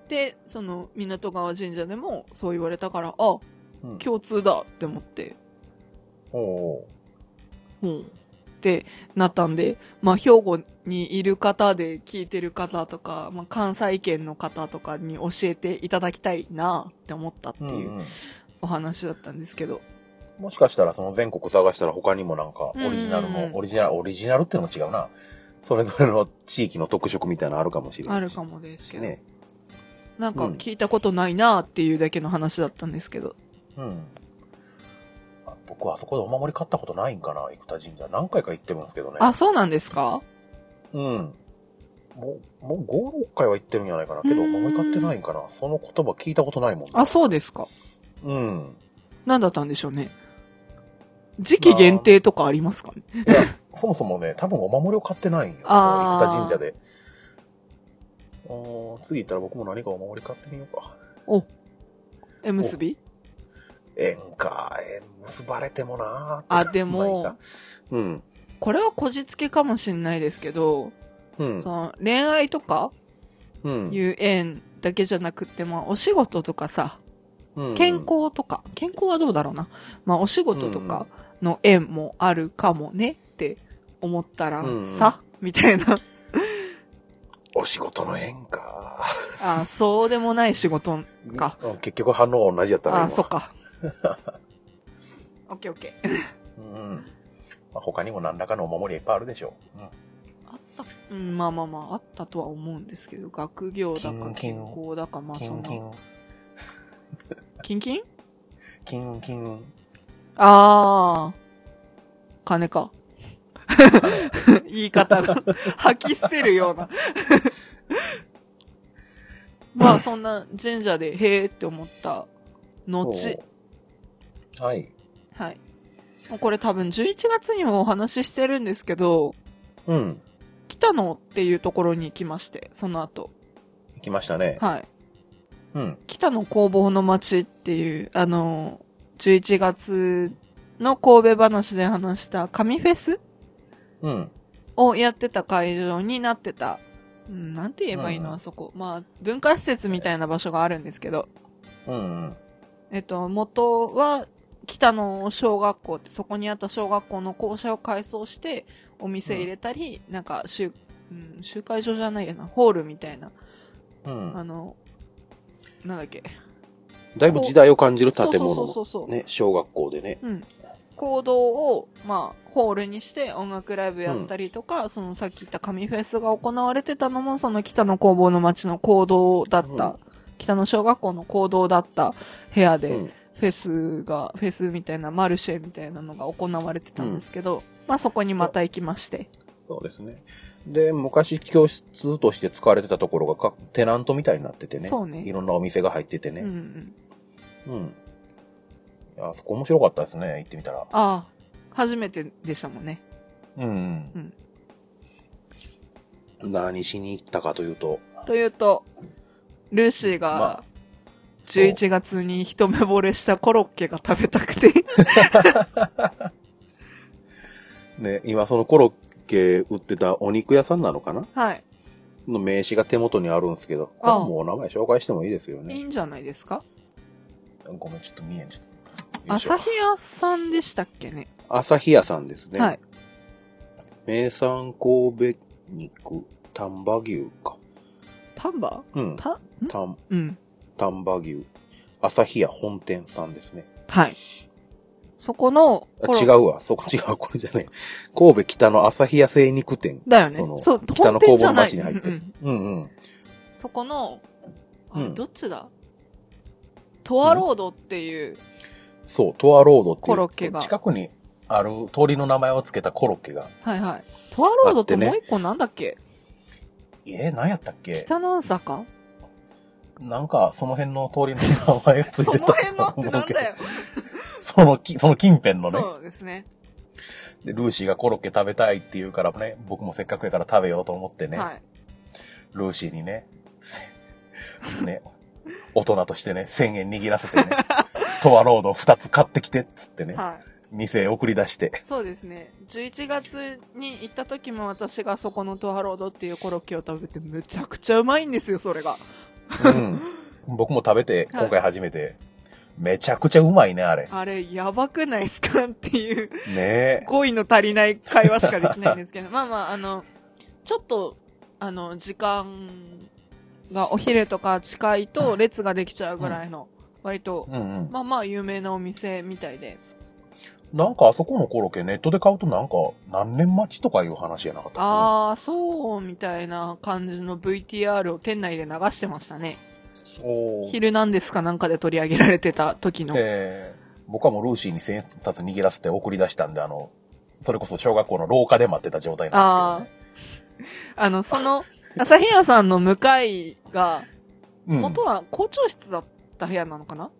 で、その、港川神社でもそう言われたから、あ、うん共通だって思って、おー。うん。ってなったんで、まあ、兵庫にいる方で聞いてる方とか、まあ、関西圏の方とかに教えていただきたいなって思ったってうんいうお話だったんですけど、もしかしたらその全国探したら他にもなんかオリジナルうんうんのう、んオリジナル、オリジナルっていうのも違うな。それぞれの地域の特色みたいなのあるかもしれない。あるかもですけど。ね。なんか聞いたことないなーっていうだけの話だったんですけど。うん。あ僕はあそこでお守り買ったことないんかな、生田神社。何回か行ってるんですけどね。あ、そうなんですかうん。もう、もう5、6回は行ってるんじゃないかな。けど、うおーん守り買ってないんかな。その言葉聞いたことないもんねあ、そうですか。うん。なんだったんでしょうね。時期限定とかありますかねいや、そもそもね、多分お守りを買ってないんよ。そのあ生ー田神社で。あー次行ったら僕も何かお守り買ってみようか。え、結び縁か、縁結ばれてもなーって。あ、でまあいいもか、うん。これはこじつけかもしんないですけど、うんそ。の恋愛とかうんいう縁だけじゃなくて、まあお仕事とかさ、うん健康とか、健康はどうだろうな。まあお仕事とかの縁もあるかもねって思ったらうんさ、みたいな。お仕事の縁か。あ、そうでもない仕事か。うん結局反応は同じやったらあ、そっか。 オッケーオッケー。うん。まあ、他にも何らかのお守りはいっぱいあるでしょう。うん。うん、まあまあまあ、あったとは思うんですけど、学業だか金健金康だか、まあ金そ運、んな。金運、キンキン金運、金 運。ああ。金か。 言い方が 吐き捨てるような。 まあそんな神社でへーって思った後。おう。はい。はい。これ多分11月にもお話ししてるんですけど、うん。北野っていうところに行きまして、その後。行きましたね。はい。うん。北野工房の街っていう、あの、11月の神戸話で話した神フェスうん。をやってた会場になってた、うん、なんて言えばいいの、うんあそこ。まあ、文化施設みたいな場所があるんですけど、うんうん。えっと、元は北の小学校って、そこにあった小学校の校舎を改装して、お店入れたり、なんか、集、うん、集会所じゃないやな、ホールみたいな、うん。あの、なんだっけ。だいぶ時代を感じる建そうそう物そうそうのそう。ね、小学校でね。うん。行動を、まあ、ホールにして音楽ライブやったりとか、そのさっき言った紙フェスが行われてたのも、その北の工房の街の行動だった、うん北の小学校の行動だった部屋うで、ん。フェスが、フェスみたいな、マルシェみたいなのが行われてたんですけど、まあそこにまた行きまして。そうですね。で、昔教室として使われてたところがかテナントみたいになっててね。そうねいろんなお店が入っててうんうね。ん。うん。いや、そこ面白かったですね。行ってみたら。ああ、初めてでしたもんね。うん、うん何しに行ったかというと、というと、ルーシーまあが、11月に一目惚れしたコロッケが食べたくて、ね、今そのコロッケ売ってたお肉屋さんなのかな はい。の名刺が手元にあるんですけど、これああはもうお名前紹介してもいいですよいいね。んじゃないですかごめん、ちょっと見えん、ちょっと。よいしょ朝日屋さんでしたっけね朝日屋さんですね。はい。名産神戸肉、丹波牛か。丹波うん。たん丹うん。丹波牛。朝日屋本店さんですね。はい。そこの、あコロ違うわ、そこ違う、これじゃねえ。神戸北の朝日屋精肉店。だよそのね。そう、北本の店工じ房ゃのない。町に入ってうんうるん。うんうん。そこの、あれうんどっちだトアロードっていう、そう、トアロードっていうコロッケが近くにある通りの名前を付けたコロッケが。はいはい。トアロードってあってねもう一個なんだっけえー、何やったっけ北の 坂なんか、その辺の通りの名前が付いそてのたと辺のって 思なんうけどだよ。そのき、その近辺のねそうですね。でルーシーがコロッケ食べたいって言うからね、僕もせっかくやから食べようと思ってね、はい。ルーシーにね、せ ね、大人としてね、1000円握らせて ね、トアロード2つ買ってきてっつってね、はい。店へ送り出して。そうですね。11月に行った時も私がそこのトハロードっていうコロッケを食べてむちゃくちゃうまいんですよ、それが。うん、僕も食べて、はい今回初めて、めちゃくちゃうまいね、あれ。あれ、やばくないっすかっていう、ねえ。語彙の足りない会話しかできないんですけど。まあまあ、あの、ちょっと、あの、時間がお昼とか近いと列ができちゃうぐらいの、割と、うんうん。まあまあ有名なお店みたいで。なんかあそこのコロッケネットで買うとなんか何年待ちとかいう話じゃなかったですか、ね、ああ、そう、みたいな感じの VTR を店内で流してましたね。おー昼なんですかなんかで取り上げられてた時の。えー僕はもうルーシーに千円札逃げ出して送り出したんで、あの、それこそ小学校の廊下で待ってた状態なんですけど、ね。あの、その、朝日屋さんの向かいが、うん元は校長室だった部屋なのかな、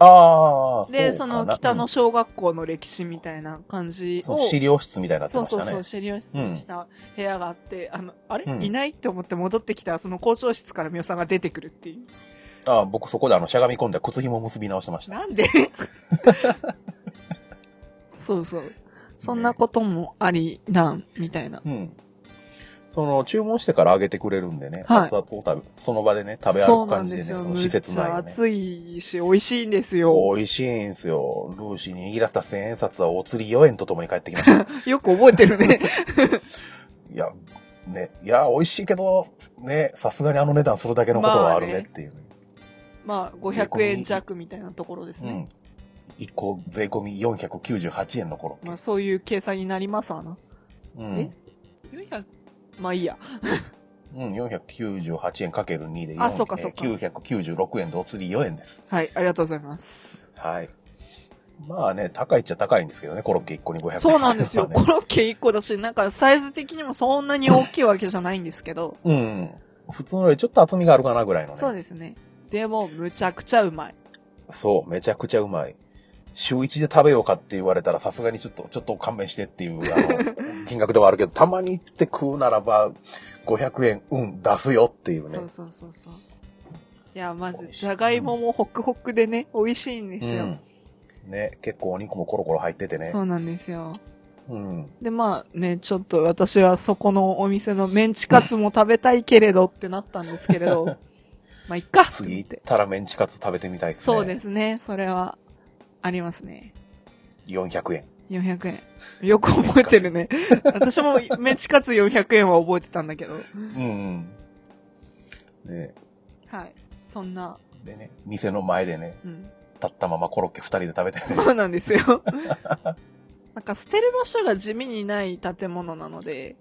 ああ、で、うそかのな北うのん小学校の歴史みたいな感じそを、の資料室みたいになってそうましたそね。うそう、資料室にした部屋があって、あの、あれ、うんいないって思って戻ってきたら、その校長室からミオさんが出てくるっていう。ああ、僕そこであの、しゃがみ込んで靴紐結び直してました。なん でそうそう。そんなこともありなん、みたいな。うん。その、注文してから揚げてくれるんでね。はい熱々を食べ、その場でね、食べそう歩くなん感でじでね、すそよ。のむ施っ設ちゃ内をね。暑いし、美味しいんですよ。美味しいんすよ。ルーシーに握らせた千円札はお釣り4円とともに帰ってきました。よく覚えてるね。 いや、ね、いや、美味しいけど、ね、さすがにあの値段するだけのことはあるねっていう、ねまあ、500円弱みたいなところですね。うん。1個税込み498円の頃。まあ、そういう計算になりますわな。うん。 400、まあいいや。うん、498円かける2で4あそうかそうかえー996円でお釣り4円です。はい、ありがとうございます。はい。まあね、高いっちゃ高いんですけどね、コロッケ1個に500円。そうなんですよ。 まあコねロッケ1個だし、なんかサイズ的にもそんなに大きいわけじゃないんですけど。うん。普通のよりちょっと厚みがあるかなぐらいのね。そうですね。でも、むちゃくちゃうまい。そう、めちゃくちゃうまい。週一で食べようかって言われたらさすがにちょっと、ちょっと勘弁してっていう、あ の、金額ではあるけど、たまに行って食うならば、500円、うん、出すよっていうね。そうそうそうそう。いや、まず美、味しいじゃがいももホクホクでね、美味しいんですよ。うん。ね、結構お肉もコロコロ入っててね。そうなんですよ。うん。で、まあね、ちょっと私はそこのお店のメンチカツも食べたいけれどってなったんですけれ ど、まあ、いっかと次思っ。行ってたらメンチカツ食べてみたいですね。。そうですすね、それは、ありますね。 400円。 400円。よく覚えてる ね。私もメンチカツ400円は覚えてたんだけど。うん、うん。ね、はい。そんな、でね、店の前でね、うん。立ったままコロッケ2人で食べてね。そうなんです よ。なんか捨てる場所が地味にない建物なので、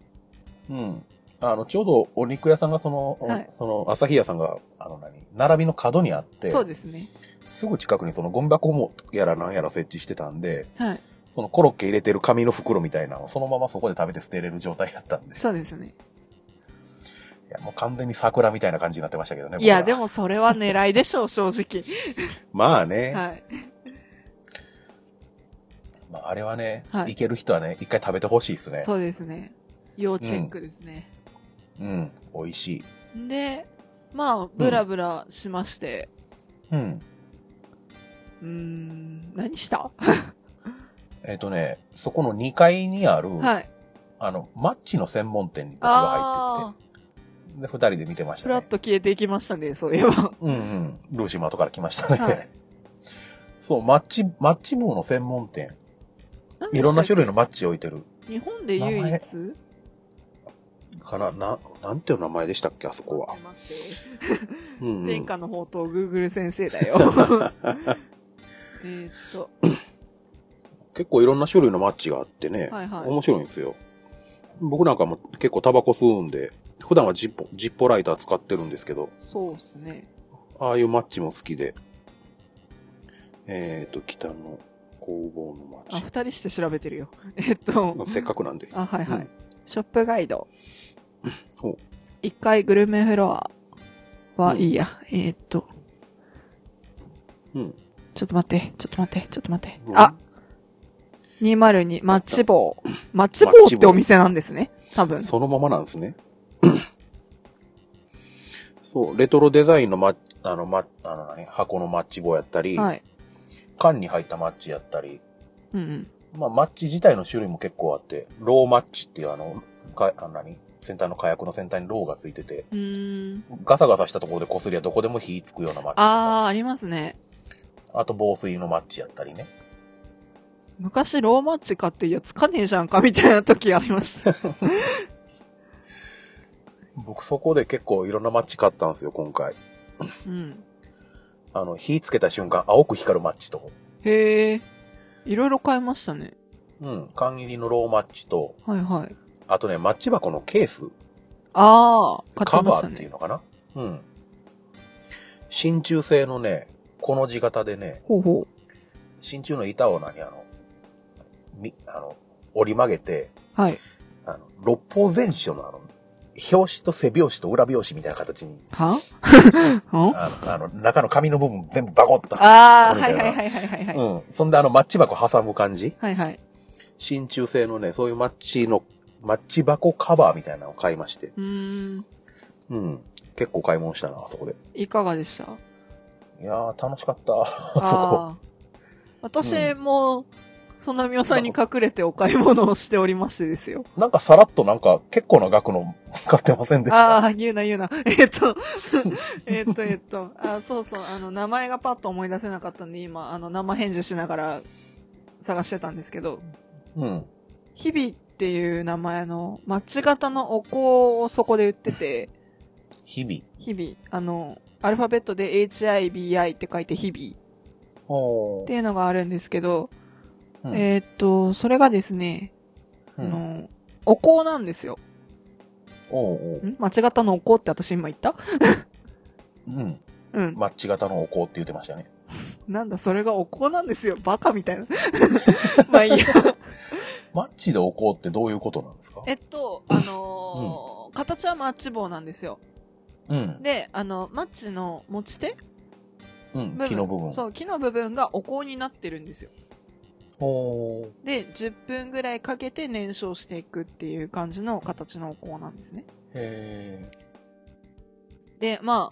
うん。あの、ちょうどお肉屋さんがその、はいその、朝日屋さんが、あの何、並びの角にあって、そうですね。すぐ近くにそのゴミ箱もやらなんやら設置してたんで、はい。そのコロッケ入れてる紙の袋みたいなのをそのままそこで食べて捨てれる状態だったんです。そうですね。いや、もう完全に桜みたいな感じになってましたけどね。いや、僕でら。もそれは狙いでしょう、正直。まあね、はい。まあ、あれはね、はいい、ける人はね、一回食べてほしいですね。そうですね。要チェックですね。うん、美味しい。で、まあ、ブラブラしまして、うん。うーん、何したえっ、とね、そこの2階にある、はい。あの、マッチの専門店に僕が入あってー、って、で、2人で見てましたふらねっ。と消えていきましたね、そうい えば。うんうん。ルーシーも後から来ましたね。はいそう、マッチ、マッチ棒の専門何店。でしたっけいろんな種類のマッチ置いてる。日本で唯一名前ちょっかな、な、なんていう名前でしたっけ、あそとこは。待って。うん、う天ん。下の宝刀、グーグル先生だよ。 えーっと、結構いろんな種類のマッチがあってね、はいはい面白いんですよ。僕なんかも結構タバコ吸うんで、普段はジッポ、ジッポライター使ってるんですけど、そうですね。ああいうマッチも好きで。えっ、と、北の工房のマあ、ッチ。二人して調べてるよ。 えーっと、せっかくなんで。あ、はいはい。うんショップガイド。ほう一回グルメフロアはいいや。えーっと、うん。ちょっと待って、ちょっと待って、ちょっと待って。うんあ !202 マッチ棒。マッチ棒ってお店なんですね。多分。そのままなんですね。 そう、レトロデザインのマッあの、ま、あの何、箱のマッチ棒やったり、はい。缶に入ったマッチやったり、うんうん。まあ、マッチ自体の種類も結構あって、ローマッチっていうあの、か、あの何先端の火薬の先端にローがついてて、うーん。ガサガサしたところで擦りゃどこでも火つくようなマッチとか。あー、ありますね。あと防水のマッチやったりね。昔ローマッチ買って、いや、つかねえじゃんか、みたいな時ありま した。僕そこで結構いろんなマッチ買ったんですよ、今回。うん。あの、火つけた瞬間青く光るマッチとか。へえ。いろいろ買いましたね。うん。缶入りのローマッチと、はいはい。あとね、マッチ箱のケース、ああ、買カってまバしたーっていうね。のかな、うん。真鍮製のね、この字型でね、ほうほ真鍮の板を何、あの、み、あの、折り曲げて、う。はい。あの、六方全書のあの、表紙と背表紙と裏表紙みたいな形に、 ははあの、あの中の紙の部分全部バコッと。ああ、こはれいみはたいいなはいはいはい。はいうん。そんであのマッチ箱挟む感じはいはい。真鍮製のね、そういうマッチの、マッチ箱カバーみたいなのを買いまして。うーん。うん。結構買い物したな、あそこで。いかがでしたいやー、楽しかった。あそこ。あー私も、そんなみおさんに隠れてお買い物をしておりましてですよ。なんかさらっとなんか結構な額の買ってませんでした。ああ、言うな言うな。 えっと、えっと、えっと、あそうそう、あの、名前がパッと思い出せなかったんで、今、あの、生返事しながら探してたんですけど、うん。日々っていう名前のマッチ型のお香をそこで売ってて、日々。日々、あの、アルファベットで HIBI って書いて日々おっていうのがあるんですけど、うんえっと、それがですね、うあん、の、お香なんですよ。おうおうん間違ったのお香って私今言ったうん。うん。マッチ型のお香って言ってましたね。なんだ、それがお香なんですよ。バカみ たいな。まあいいや。マッチでお香ってどういうことなんですか えっと、あのー形はマッチ棒なんですよ。うん。で、あの、マッチの持ち手うん部。分木の部分。そう、木の部分がお香になってるんですよ。おーで、10分ぐらいかけて燃焼していくっていう感じの形のお香なんですね。へで、まあ、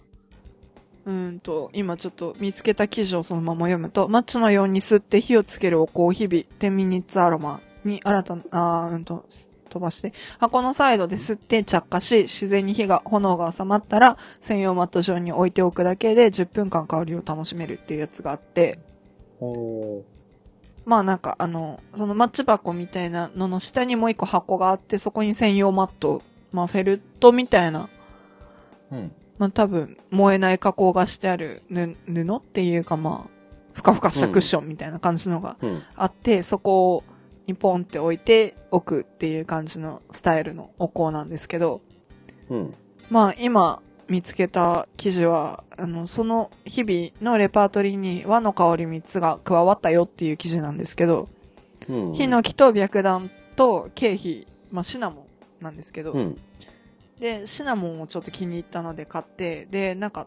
うーんと、今ちょっと見つけた記事をそのまま読むと、マッチのように吸って火をつけるお香日々、テミニッツアロマに新たな、あーうんと、飛ばして、箱のサイドで吸って着火し、自然に火が、炎が収まったら、専用マット上に置いておくだけで10分間香りを楽しめるっていうやつがあって、ーおーまあなんかあの、そのマッチ箱みたいなのの下にもう一個箱があって、そこに専用マット、まあフェルトみたいなうん。まあ多分燃えない加工がしてあるぬ布っていうかまあ、ふかふかしたクッションみたいな感じのがうん。あって、そこにポンって置いて置くっていう感じのスタイルのお香なんですけど、うん。まあ今見つけた記事は、あの、その日々のレパートリーに和の香り3つが加わったよっていう記事なんですけど、うん。ヒノキと白檀と経費、まあシナモンなんですけど、うん。で、シナモンをちょっと気に入ったので買って、で、なんか、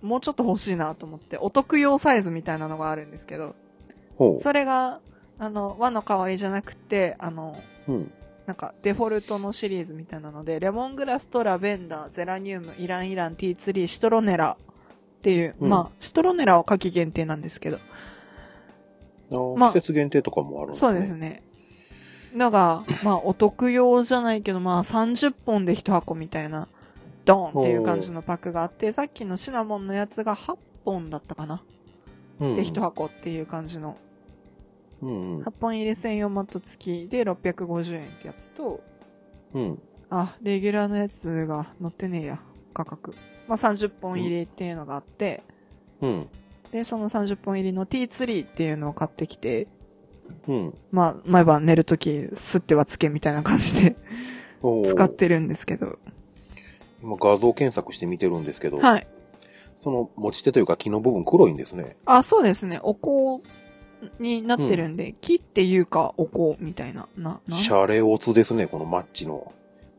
もうちょっと欲しいなと思って、お得用サイズみたいなのがあるんですけど、ほそれが、あの、和の代わりじゃなくて、あの、う。うん。なんか、デフォルトのシリーズみたいなので、レモングラスとラベンダー、ゼラニウム、イランイラン、ティーツリー、シトロネラっていう、うんまあ、シトロネラは夏季限定なんですけど、あーまあ季節限定とかもあるんそうですね。のが、まあ、お得用じゃないけど、まあ、30本で1箱みたいな、ドーンっていう感じのパックがあって、さっきのシナモンのやつが8本だったかな。うんで、1箱っていう感じの。うん。うん8本入れ専用マット付きで650円ってやつと、うん。あ、レギュラーのやつが載ってねえや、価格。まあ、30本入りっていうのがあって、うん。で、その30本入りの T3 っていうのを買ってきて、うん。まあ、毎晩寝るとき、吸ってはつけみたいな感じでおー使ってるんですけど。今画像検索して見てるんですけど、はい。その持ち手というか木の部分黒いんですね。あ、そうですね。お香になってるんで、木っていうかお香みたいな。な、なシャレオツですね、このマッチの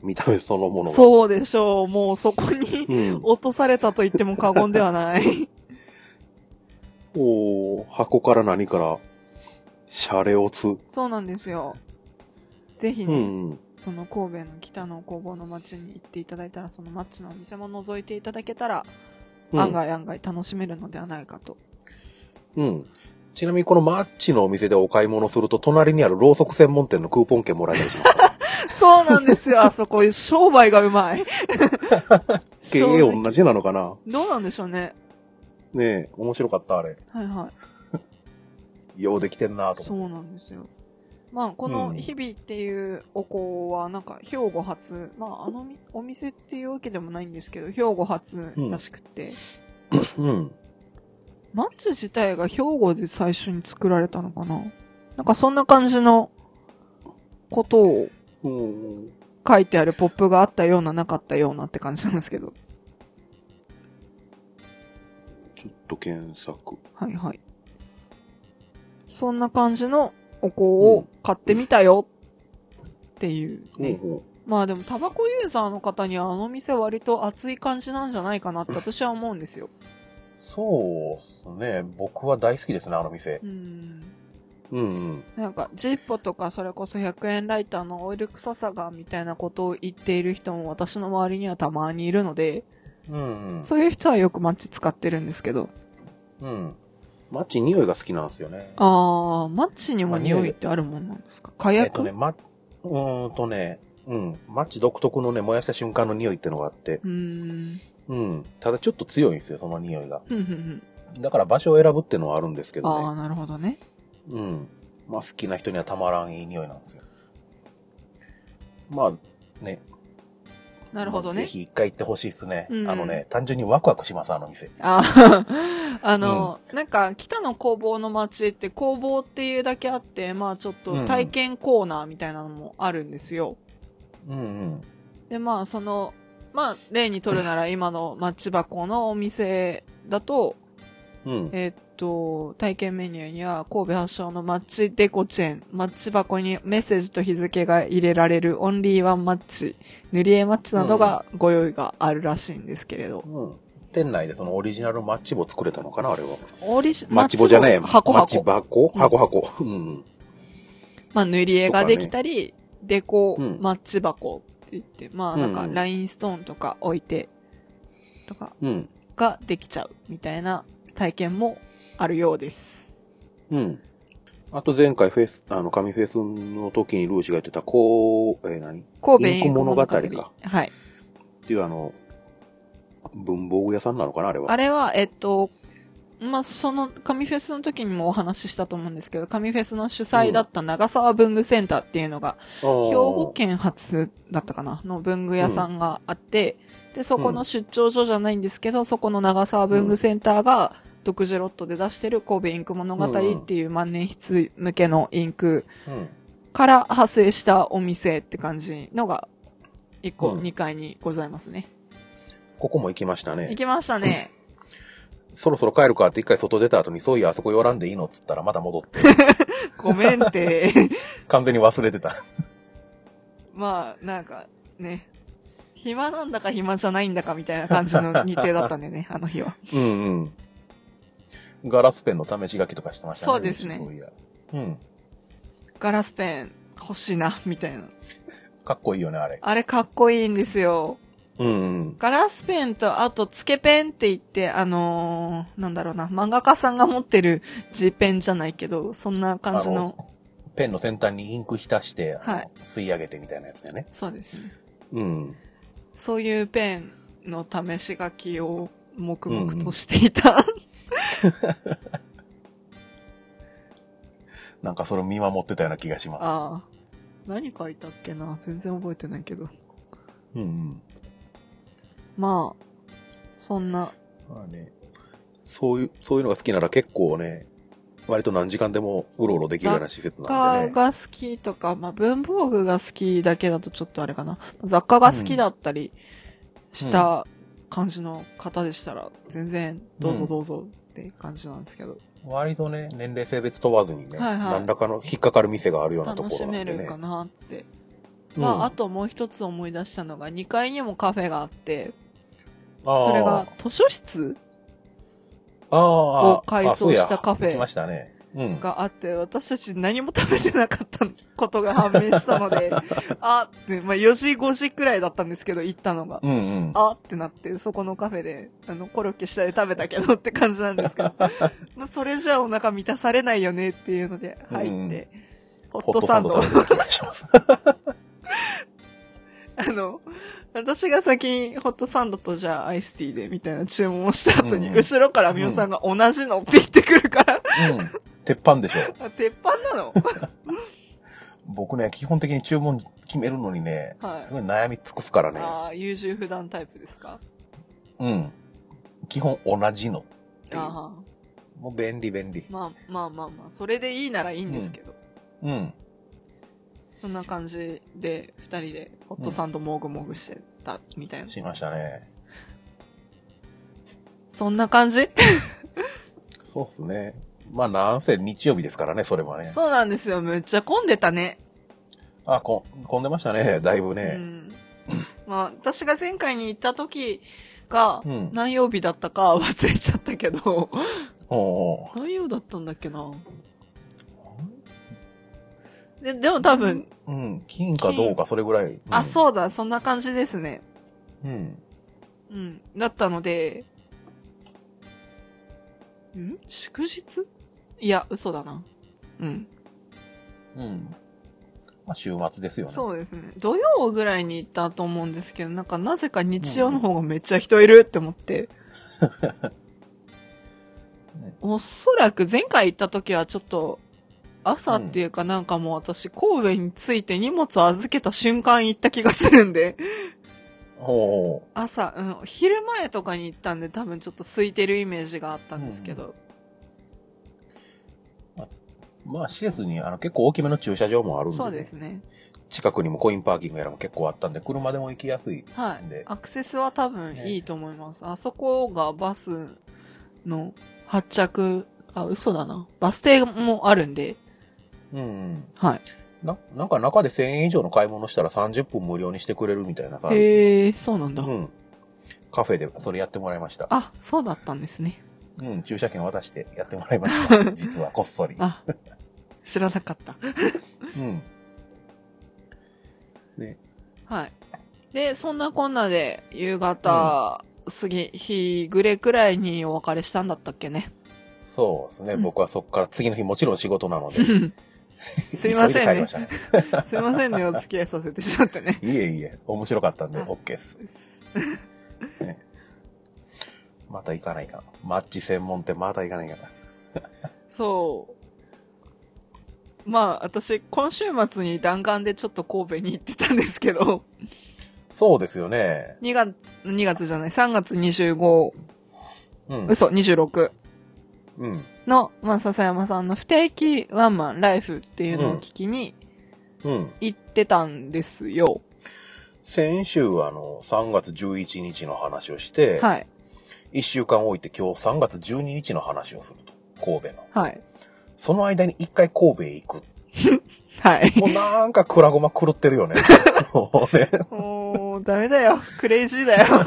見た目そのものが。う。そうでしょう。もうそこにうん。落とされたと言っても過言ではない。 おー箱から何から、シャレオツ。そうなんですよ。ぜひうね、ん。その神戸の北の工房の町に行っていただいたら、そのマッチのお店も覗いていただけたら、うん案外案外楽しめるのではないかと。うん。ちなみにこのマッチのお店でお買い物すると、隣にあるろうそく専門店のクーポン券もらえたりします から。そうなんです よ。あそこ、商売がうまい。 経営同じなのかなどうなんでしょうね。ねえ、面白かった、あれ。はいはい。ようできてんなとそ思って。うなんですよ。まあ、こうのん日々っていうお香は、なんか、兵庫発、まあ、あのみお店っていうわけでもないんですけど、兵庫発らしくて、うん。マッチ自体が兵庫で最初に作られたのかななんかそんな感じのことをうん。書いてあるポップがあったようななかったようなって感じなんですけど。ちょっと検索。はいはい。そんな感じのお香を買ってみたよっていうね。うんまあでもタバコユーザーの方にはあの店割と熱い感じなんじゃないかなって私は思うんですよ。そうですね。僕は大好きですね、あの店う。ん。うんうん。なんかジッポとかそれこそ100円ライターのオイル臭さがみたいなことを言っている人も私の周りにはたまにいるので、うんうん。そういう人はよくマッチ使ってるんですけど。うん。マッチ匂いが好きなんですよね。あー、マッチにも匂いってあるもんなんですか火え薬、っとね、ま、うーんとね、うん。マッチ独特のね、燃やした瞬間の匂いってのがあって、うーん。うん。ただちょっと強いんですよ、その匂いが。ふんふんふん。だから場所を選ぶってのはあるんですけあどー、ね。なるほどね。うん。まあ好きな人にはたまらんいい匂いなんですよ。まあ、ね。なるほどぜね。ひ一回行ってほしいですね。うんあのね、単純にワクワクします、あの店。あ ーあの、なんか、北の工房の街って工房っていうだけあって、まあちょっと体験コーナーみたいなのもあるんですよ。うんうん。で、まあその、まあ例にとるな ら今のマッチ箱のお店だと、うん。えっと、体験メニューには神戸発祥のマッチデコチェーン、マッチ箱にメッセージと日付が入れられるオンリーワンマッチ、塗り絵マッチなどがご用意があるらしいんですけれど。うん。店内でそのオリジナルマッチ棒作れたのかな、あれは。オリジマッチ棒じゃねえ。マッチ箱マッチ箱。箱うん箱箱。うん。まあ、塗り絵ができたり、デコうんマッチ箱って言って、まあ、なんかうんラインストーンとか置いて、とかうん。ができちゃうみたいな体験もあるようです。うん。あと前回フェス、あの、紙フェスの時にルーシが言ってた、こう、えー何っ神戸インク物語かインク物語はい。ていうあの、文房具屋さんなのかな、あれは。あれは、えっと、まあ、その、紙フェスの時にもお話ししたと思うんですけど、紙フェスの主催だった長沢文具センターっていうのが、兵兵庫。県発だったかなの文具屋さんがあって、で、そこの出張所じゃないんですけど、そこの長沢文具センターが独自ロットで出してる神戸インク物語っていう万年筆向けのインクうん。から派生したお店って感じのが、1個、うん2階にございますね。ここも行きました行ね。きましたね。そろそろ帰るかって一回外出た後に、そういや、あそこ寄らんでいいのっつったらまた戻って、ごめんって。 完全に忘れてた。まあ、なんか、ね。暇なんだか暇じゃないんだかみたいな感じの日程だったんでね、あの日は。うんうん。ガラスペンの試し書きとかしてましたね。そうですねそういや。うん。ガラスペン欲しいな、みたいな。かっこいいよね、あれ。あれかっこいいんですよ。うんうん。ガラスペンと、あと、つけペンって言って、あのーなんだろうな、漫画家さんが持ってる G ペンじゃないけど、そんな感じの、あのペンの先端にインク浸して、あのはい吸い上げてみたいなやつだよね。そうですね。うん。そういうペンの試し書きを黙々としていた。なんかそれを見守ってたような気がしまああ。 何書いたっけな全然覚えてないけど。す。うんうん。まあ、そんな、まあね、そういう、そういうのが好きなら結構ね、割と何時間でもうろうろできるような施設な画んでね。が好きとか、まあ文房具が好きだけだとちょっとあれかな。雑貨が好きだったりした感じの方でしたら、全然どううぞんどうぞって感じなんですけど。割とね、年齢性別問わずにね、はいはい何らかの引っかかる店があるようなとこ楽しろなめんでるねか。なって。うんまあ、あともう一つ思い出したのが、2階にもカフェがあって、あーそれが図書室あーを改装あそうやしたカフェ行きましたね。うん。があって、私たち何も食べてなかったことが判明したの で、あって、まあ4時5時くらいだったんですけど、行ったのが。うんうん。あってなって、そこのカフェで、あの、コロッケ下で食べたけどって感じなんです けど、まあ、それじゃお腹満たされないよねっていうので入って、うんホホットットササンンドド、食べてる気がします。 あの、私が先にホットサンドとじゃあアイスティーでみたいな注文をした後に、うん後ろからみおさんが同じのって言ってくるから、 うん。鉄板でしょ。あ鉄板なの僕ね、基本的に注文決めるのにね、はいすごい悩み尽くすからね。ああ、優柔不断タイプですかうん。基本同じの。ああ、もう便利便利。まあまあまあまあ、それでいいならいいんですけど。うん。そんな感じで、二人で、ホットサンドもぐもぐしてた、みたいな。しましたね。そんな感じそうっすね。まあ、なんせ日曜日ですからね、それはね。 そうなんですよ。むっちゃ混んでたね。あ、こ、混んでましたね、だいぶうね。ん。まあ、私が前回に行った時がう、ん。何曜日だったか 忘れちゃったけど、おうお何曜だったんだっけな。で、でも多分、ううん。金かどうか、それぐらい。うんあ、そうだ、そんな感じですね。うん。うん。だったので、ん祝日いや、嘘だな。うん。うん。まあ、週末ですよね。そうですね。土曜ぐらいに行ったと思うんですけど、なんかなぜか日曜の方がめっちゃ人いるって思って。おそらく前回行った時はちょっと、朝っていうかなんかもう私神戸に着いて荷物預けた瞬間行った気がするんで、おう朝、うん、昼前とかに行ったんで多分ちょっと空いてるイメージがあったんですけど、おうまあ、施設に、あの、結構大きめの駐車場もあるんで、そうですね。近くにもコインパーキングやらも結構あったんで、車でも行きやすい。はいで。アクセスは多分いいと思います。あそこがバスの発着、あ、嘘だな。バス停もあるんで、うんうん。はい。な、なんか中で1000円以上の買い物したら30分無料にしてくれるみたいなサービス。へえ、そうなんだ。うん。カフェでそれやってもらいました。あ、そうだったんですね。うん、駐車券渡してやってもらいま した。実はこっそり。あ、 知らなかった。うん。はい。で、そんなこんなで、夕方過ぎ、日暮れくらいにお別れしたんだったっけ ね。そうですね。うん僕はそこから次の日もちろん仕事なので。 すいませんね急で帰りしたね。すいませんね、お付き合いさせてしまってね。いえいえ、面白かったんで、はい OK っす。ねまた行かないかな。マッチ専門店また行かないかな。そう。まあ、私、今週末に弾丸でちょっと神戸に行ってたんですけど、 そうですよね。 2月、2月じゃない、3月25、うん。嘘、26うん。の、まあ、笹山さんの不定期ワンマンライフっていうのを聞きにうん。行ってたんですよ。先週はあの、3月11日の話をして、はい。 1週間置いて今日3月12日の話をすると。神戸の。はい。その間に1回神戸へ行く。はい。もうなんかクラゴマ狂ってるよね。 そうね。もう、ダメだよ。クレイジーだよ。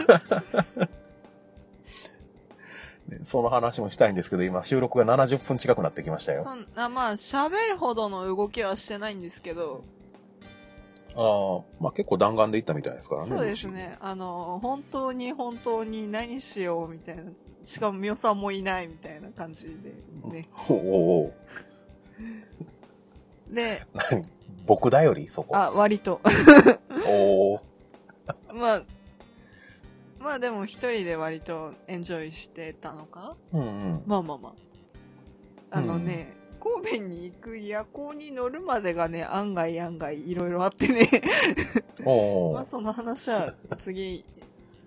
その話もしたいんですけど、今収録が70分近くなってきましたよ。そんな、まあ、喋るほどの動きはしてないんですけど、ああ、まあ結構弾丸で行ったみたいですからね。そうですね。あの、本当に本当に何しようみたいな。しかも、みおさんもいないみたいな感じでね。うち。おうおうおう で、何僕だよりそこ。あ、割と。 おお。まあ、まあでも一人で割とエンジョイしてたのかうんうん。まあまあまあ。あのね、神戸に行く夜行に乗るまでがね、案外案外いろいろあってね。おう まあその話は次、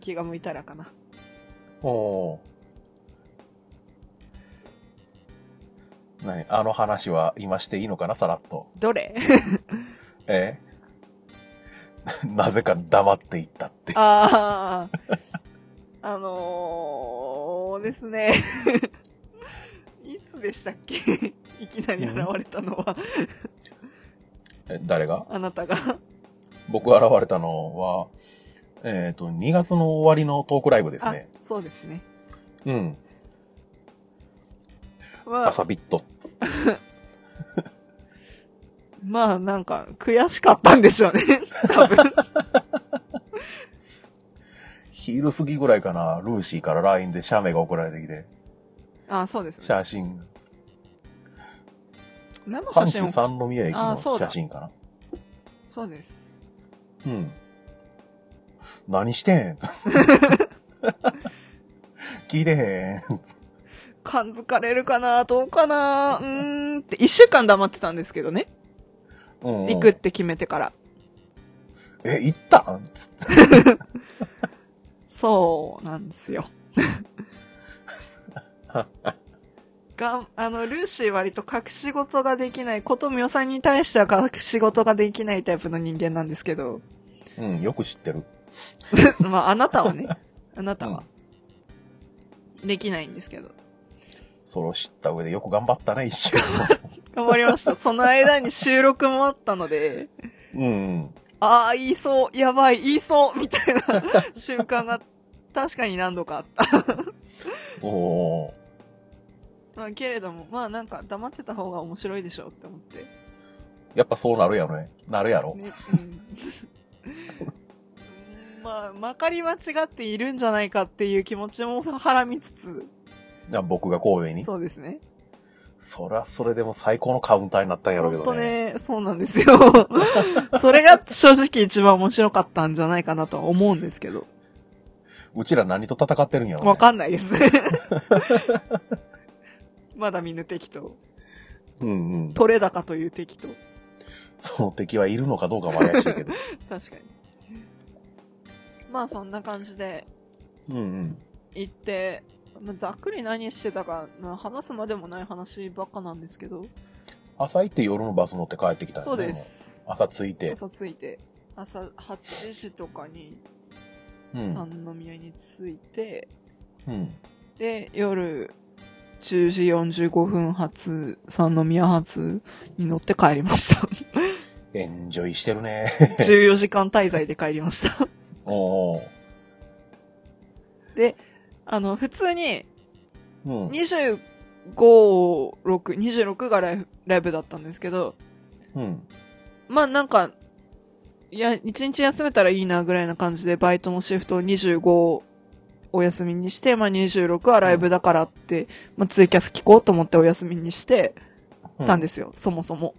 気が向いたらかな。おう。おおう。何あの話は今していいのかなさらっと。どれえ なぜか黙っていったって。 ああ、あのー、ですね。 いつでしたっけ いきなり現れたのは、え誰があなたが。僕が現れたのは、えっ、と、2月の終わりのトークライブですね。あ、そうですね。うん。まあ、朝ビット。まあなんか、悔しかったんでしょうね。多分。昼過ぎぐらいかな、ルーシーから LINE で写メが送られてきて、 あ、そうですね。写真、何の写阪真急を三宮駅あのそうだ写真かな。そうです。うん。何してん 聞いてへん。感づかれるかなどうかなうーんって、一週間黙ってたんですけどね。うんうん行くっ。て決めてから。え、行ったんつって。そうなんですよ。がん、あの、ルーシー割と隠し事ができない、ことみおさんに対しては隠し事ができないタイプの人間なんですけど、 うん、よく知ってる。まあ、あなたはね、あなたは、できないんですけど。それを知った上でよく頑張ったね、一瞬。頑張りました。その間に収録もあったので、 うん。ああ、言いそう、やばい、言いそう、みたいな瞬間が確かに何度かあった。おー。まあ、けれども、まあなんか黙ってた方が面白いでしょって思って。やっぱそうなるやろね。なるやろ。 ね、うん。 まあ、まかり間違っているんじゃないかっていう気持ちもはらみつつ、な僕が神戸に。そうですね。そりゃそれでも最高のカウンターになったんやろうけ本当どね。ね、そうなんですよ。 それが正直一番面白かったんじゃないかなとは思うんですけど。うちら何と戦ってるんやろうね。わかんないですね。 まだ見ぬ敵と、うんうん。取れ高という敵と、その敵はいるのかどうかも怪しいけ ど。確かに。まあそんな感じでうんうん。行って、まあざっくり何してたかな、話すまでもない話ばっかなんですけど、朝行って夜のバス乗って帰ってきたんやねそうで。すもう。朝着いて。朝着いて、朝8時とかにうん。三宮に着いて、うん。で、夜10時45分発、三宮発に乗って帰りま した。エンジョイしてるね。 14時間滞在で帰りました。 おー。あの、普通にうん。 25、6、26がライブライブだったんですけど、うん。。まあなんか、いや、一日休めたらいいなぐらいな感じで、バイトのシフトを25お休みにして、まあ26はライブだからって、まあツイキャス聞こうと思ってお休みにしてたんですすよ、そもそも。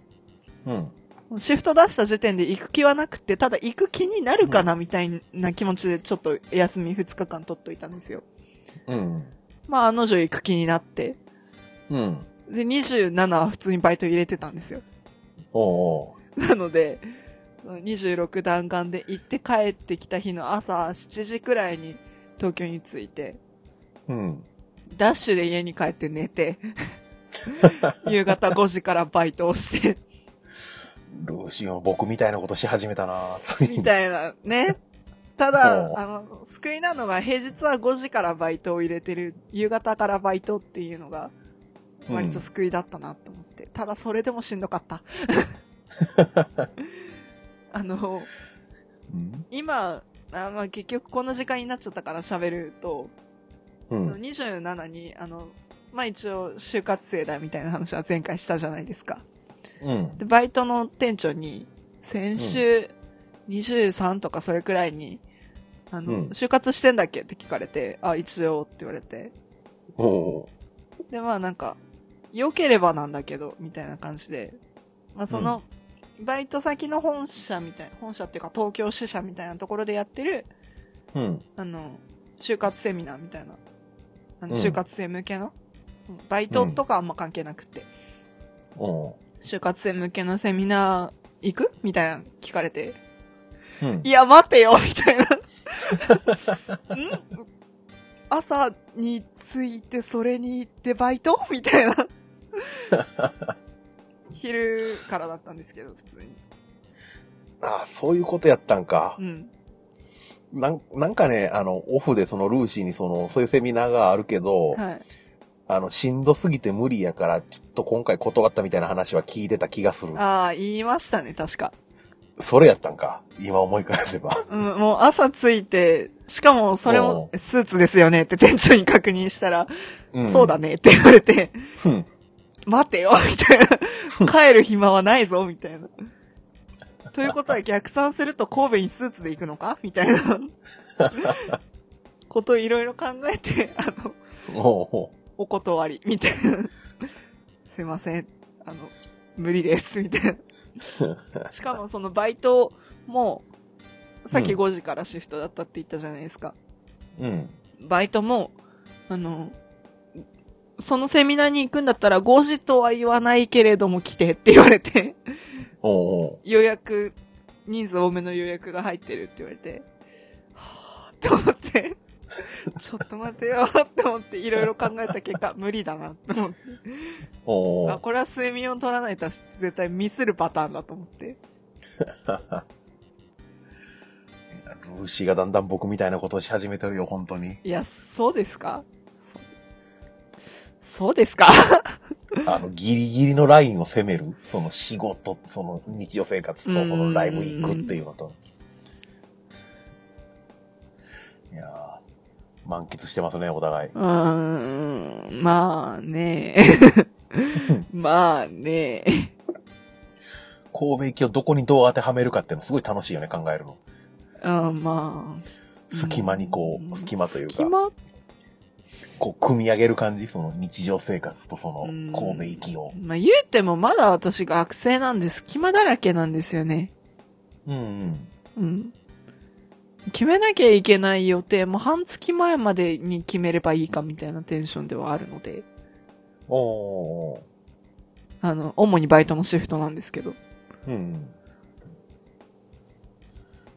うん。シフト出した時点で行く気はなくて、ただ行く気になるかなみたいな気持ちでちょっと休み2日間取っといたんですよ。うん。まあ、あの女行く気になって。うん。で、27は普通にバイト入れてたんですよ。おー。なので、26弾丸で行って帰ってきた日の朝7時くらいに東京に着いて、うん。ダッシュで家に帰って寝て、夕方5時からバイトをして、ルーシーも僕みたいなことし始めたなついみに。たいなね。ただほ、うあの、救いなのが平日は5時からバイトを入れてる、夕方からバイトっていうのが、割と救いだったなと思って。ただそれでもしんどかった。あの、うん。今、あまあ、結局こんな時間になっちゃったから喋ると、うん。 27に、あの、まあ一応就活生だみたいな話は前回したじゃないですか。うん。で、バイトの店長に、先週23とかそれくらいに、あの、うん就活してんだっけって聞かれて、あ、一応って言われて。おー。で、まあなんか、良ければなんだけど、みたいな感じで、まあその、バイト先の本社みたい、本社っていうか東京支社みたいなところでやってる、うん。あの、就活セミナーみたいな、あの、うん就活生向けの、そのバイトとかあんま関係なくて、おー。就活生向けのセミナー行くみたいなの聞かれて、うんい。や、待てよ みたいな。ん朝に着いて、それに行ってバイトみた いな。昼からだったんですけど、普通に。ああ、そういうことやったんかう。ん。なんなんかね、あの、オフでそのルーシーにその、そういうセミナーがあるけど、はい。あの、しんどすぎて無理やから、ちょっと今回断ったみたいな話は聞いてた気がする。ああ、言いましたね、確か。それやったんか。今思い返せば。うん、もう朝着いて、しかもそれもスーツですよねって店長に確認したら、そうだね。ねって言われて、うん。待てよみたい な。帰る暇はないぞみたいな。ということは逆算すると神戸にスーツで行くのかみたい な。ことをいろいろ考えて、あの、おうおお断り、みたいな。すいません。あの、無理です、みたいな。しかもそのバイトも、さっきうん5時からシフトだったって言ったじゃないですか。ううん。バイトも、あの、そのセミナーに行くんだったら5時とは言わないけれども来てって言われて、 おうおう予約、人数多めの予約が入ってるって言われて、はぁーと思って、 ちょっと待てよって思っていろいろ考えた結果、無理だなって思って。おあ、ーこれは睡眠を取らないと絶対ミスるパターンだと思って。ルーシーがだんだん僕みたいなことをし始めてるよ、本当に。いや、そうですかそそうですかあの、ギリギリのラインを攻める。その仕事、その日常生活と、そのライブ行くっていうのと。いやー、満喫してますね、お互い。うーん、まあ ねまあね神戸行きをどこにどう当てはめるかっていうのすごい楽しいよね、考えるの。うん、まあ。隙間にこうんう、隙間という隙か、間こう、組み上げる感じ、その日常生活とそのうん神戸行きを。まあ言うてもまだ私学生なんで隙間だらけなんですよね。うんうん。うん。決めなきゃいけない予定も半月前までに決めればいいかみたいなテンションではあるので。おー。あの、主にバイトのシフトなんですけど。うんうん。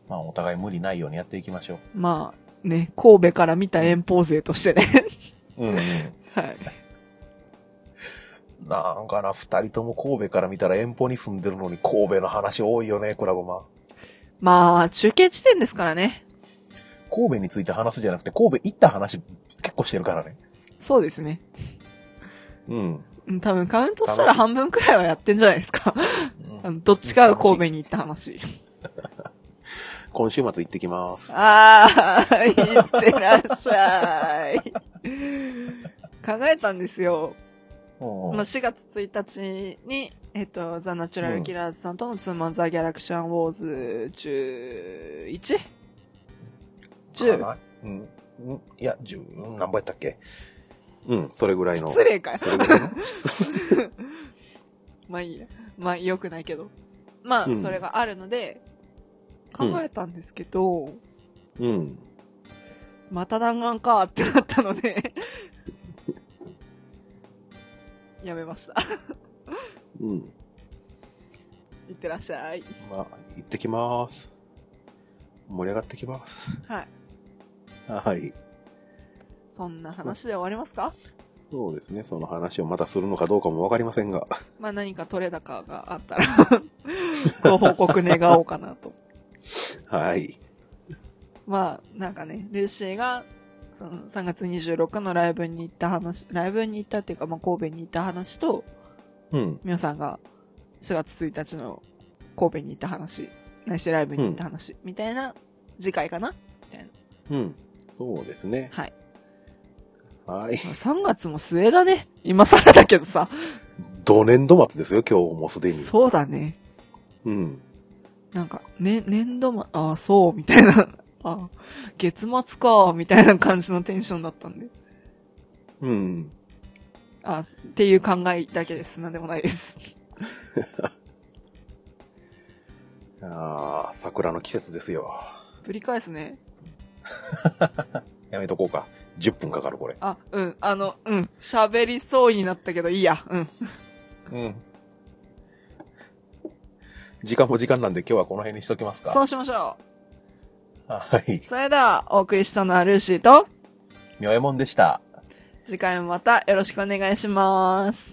まあ、お互い無理ないようにやっていきましょまあ、ね、神戸から見た遠方勢としてね。 う。うんうん。はい。なんかな、二人とも神戸から見たら遠方に住んでるのに神戸の話多いよね、クラゴマ。まあ、中継地点ですからね。神戸について話すじゃなくて、神戸行った話結構してるからね。そうですね。うん。うん多分カウントしたら半分くらいはやってんじゃないです か。あのどっちかが神戸に行った話。今週末行ってきます。あー、いってらっしゃい。考えたんですよ。うんまあ、4月1日に、えっと、ザ・ナチュラル・キラーズさんとのツーマン・ザ・ギャラクシャン・ウォーズ 11? 10? うん。うんいや、十、うん何本やったっけうん、それぐらいの。失礼かよ。それぐらいの。失礼 まあいいや。まあ良くないけど。まあ、うんそれがあるので、うん考えたんですけど、うん。また弾丸かってなったので、やめました。うん。いってらっしゃい。まあ、行ってきます。盛り上がってきます。はい。はい。そんな話で終わりますかそうですね。その話をまたするのかどうかもわかりませんが。まあ何か取れ高があったら、ご報告願おうかなと。はい。まあ、なんかね、ルーシーが、その3月26のライブに行った話、ライブに行ったっていうか、まあ神戸に行った話と、うん。みおさんが4月1日の神戸に行った話、内緒ライブに行った話、みたいな次回かなうん。そうですね。はい。はい。まあ3月も末だね。今更だけどさ。同年度末ですよ、今日もうすでに。そうだね。うん。なんか、ね、年度ま、ああ、そう、みたいな。ああ月末か、みたいな感じのテンションだったんで。うん。あっていう考えだけです。なんでもないです。ああ、桜の季節ですよ。繰り返すね。やめとこうか。10分かかる、これ。あ、うん、あの、うん、喋りそうになったけど、いいや、うん。うん。時間も時間なんで今日はこの辺にしときますか。そうしましょはい。う。それでは、お送りしたのはルーシーと、みょえもんでした。次回もまたよろしくお願いします。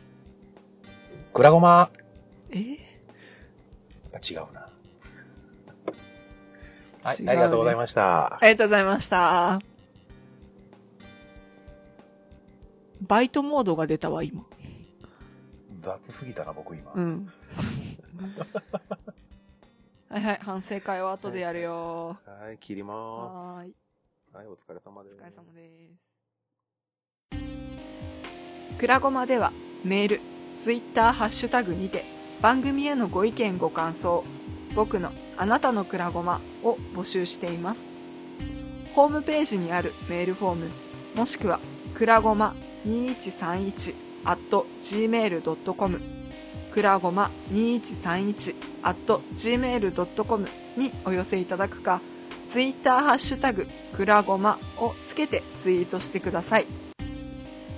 くらごま。えやっぱ違うな。は違うい、ねありがとうございましたあ。りがとうございました。バイトモードが出たわ、今。雑すぎたな、僕今。うん。 はいはい、反省会は後でやるよ。はい、切りまはす。ーい、はい、お疲れ様でおす。疲れ様です。くらごまではメール、ツイッター、ハッシュタグにて番組へのご意見ご感想、僕のあなたのくらごまを募集しています。ホームページにあるメールフォーム、もしくはくらごま2131 at gmail.com くらごま2131 at gmail.com にお寄せいただくか、ツイッターハッシュタグくらごまをつけてツイートしてください。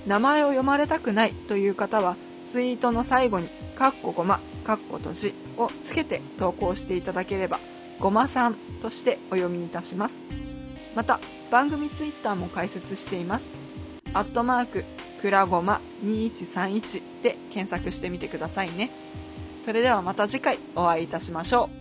名前を読まれたくないという方は、ツイートの最後に、かっこごま、かっことじをつけて投稿していただければ、ごまさんとしてお読みいたします。また番組ツイッターも開設していますアットマークくらごま2131で検索してみてくださいねそれではまた次回お会いいたしましょう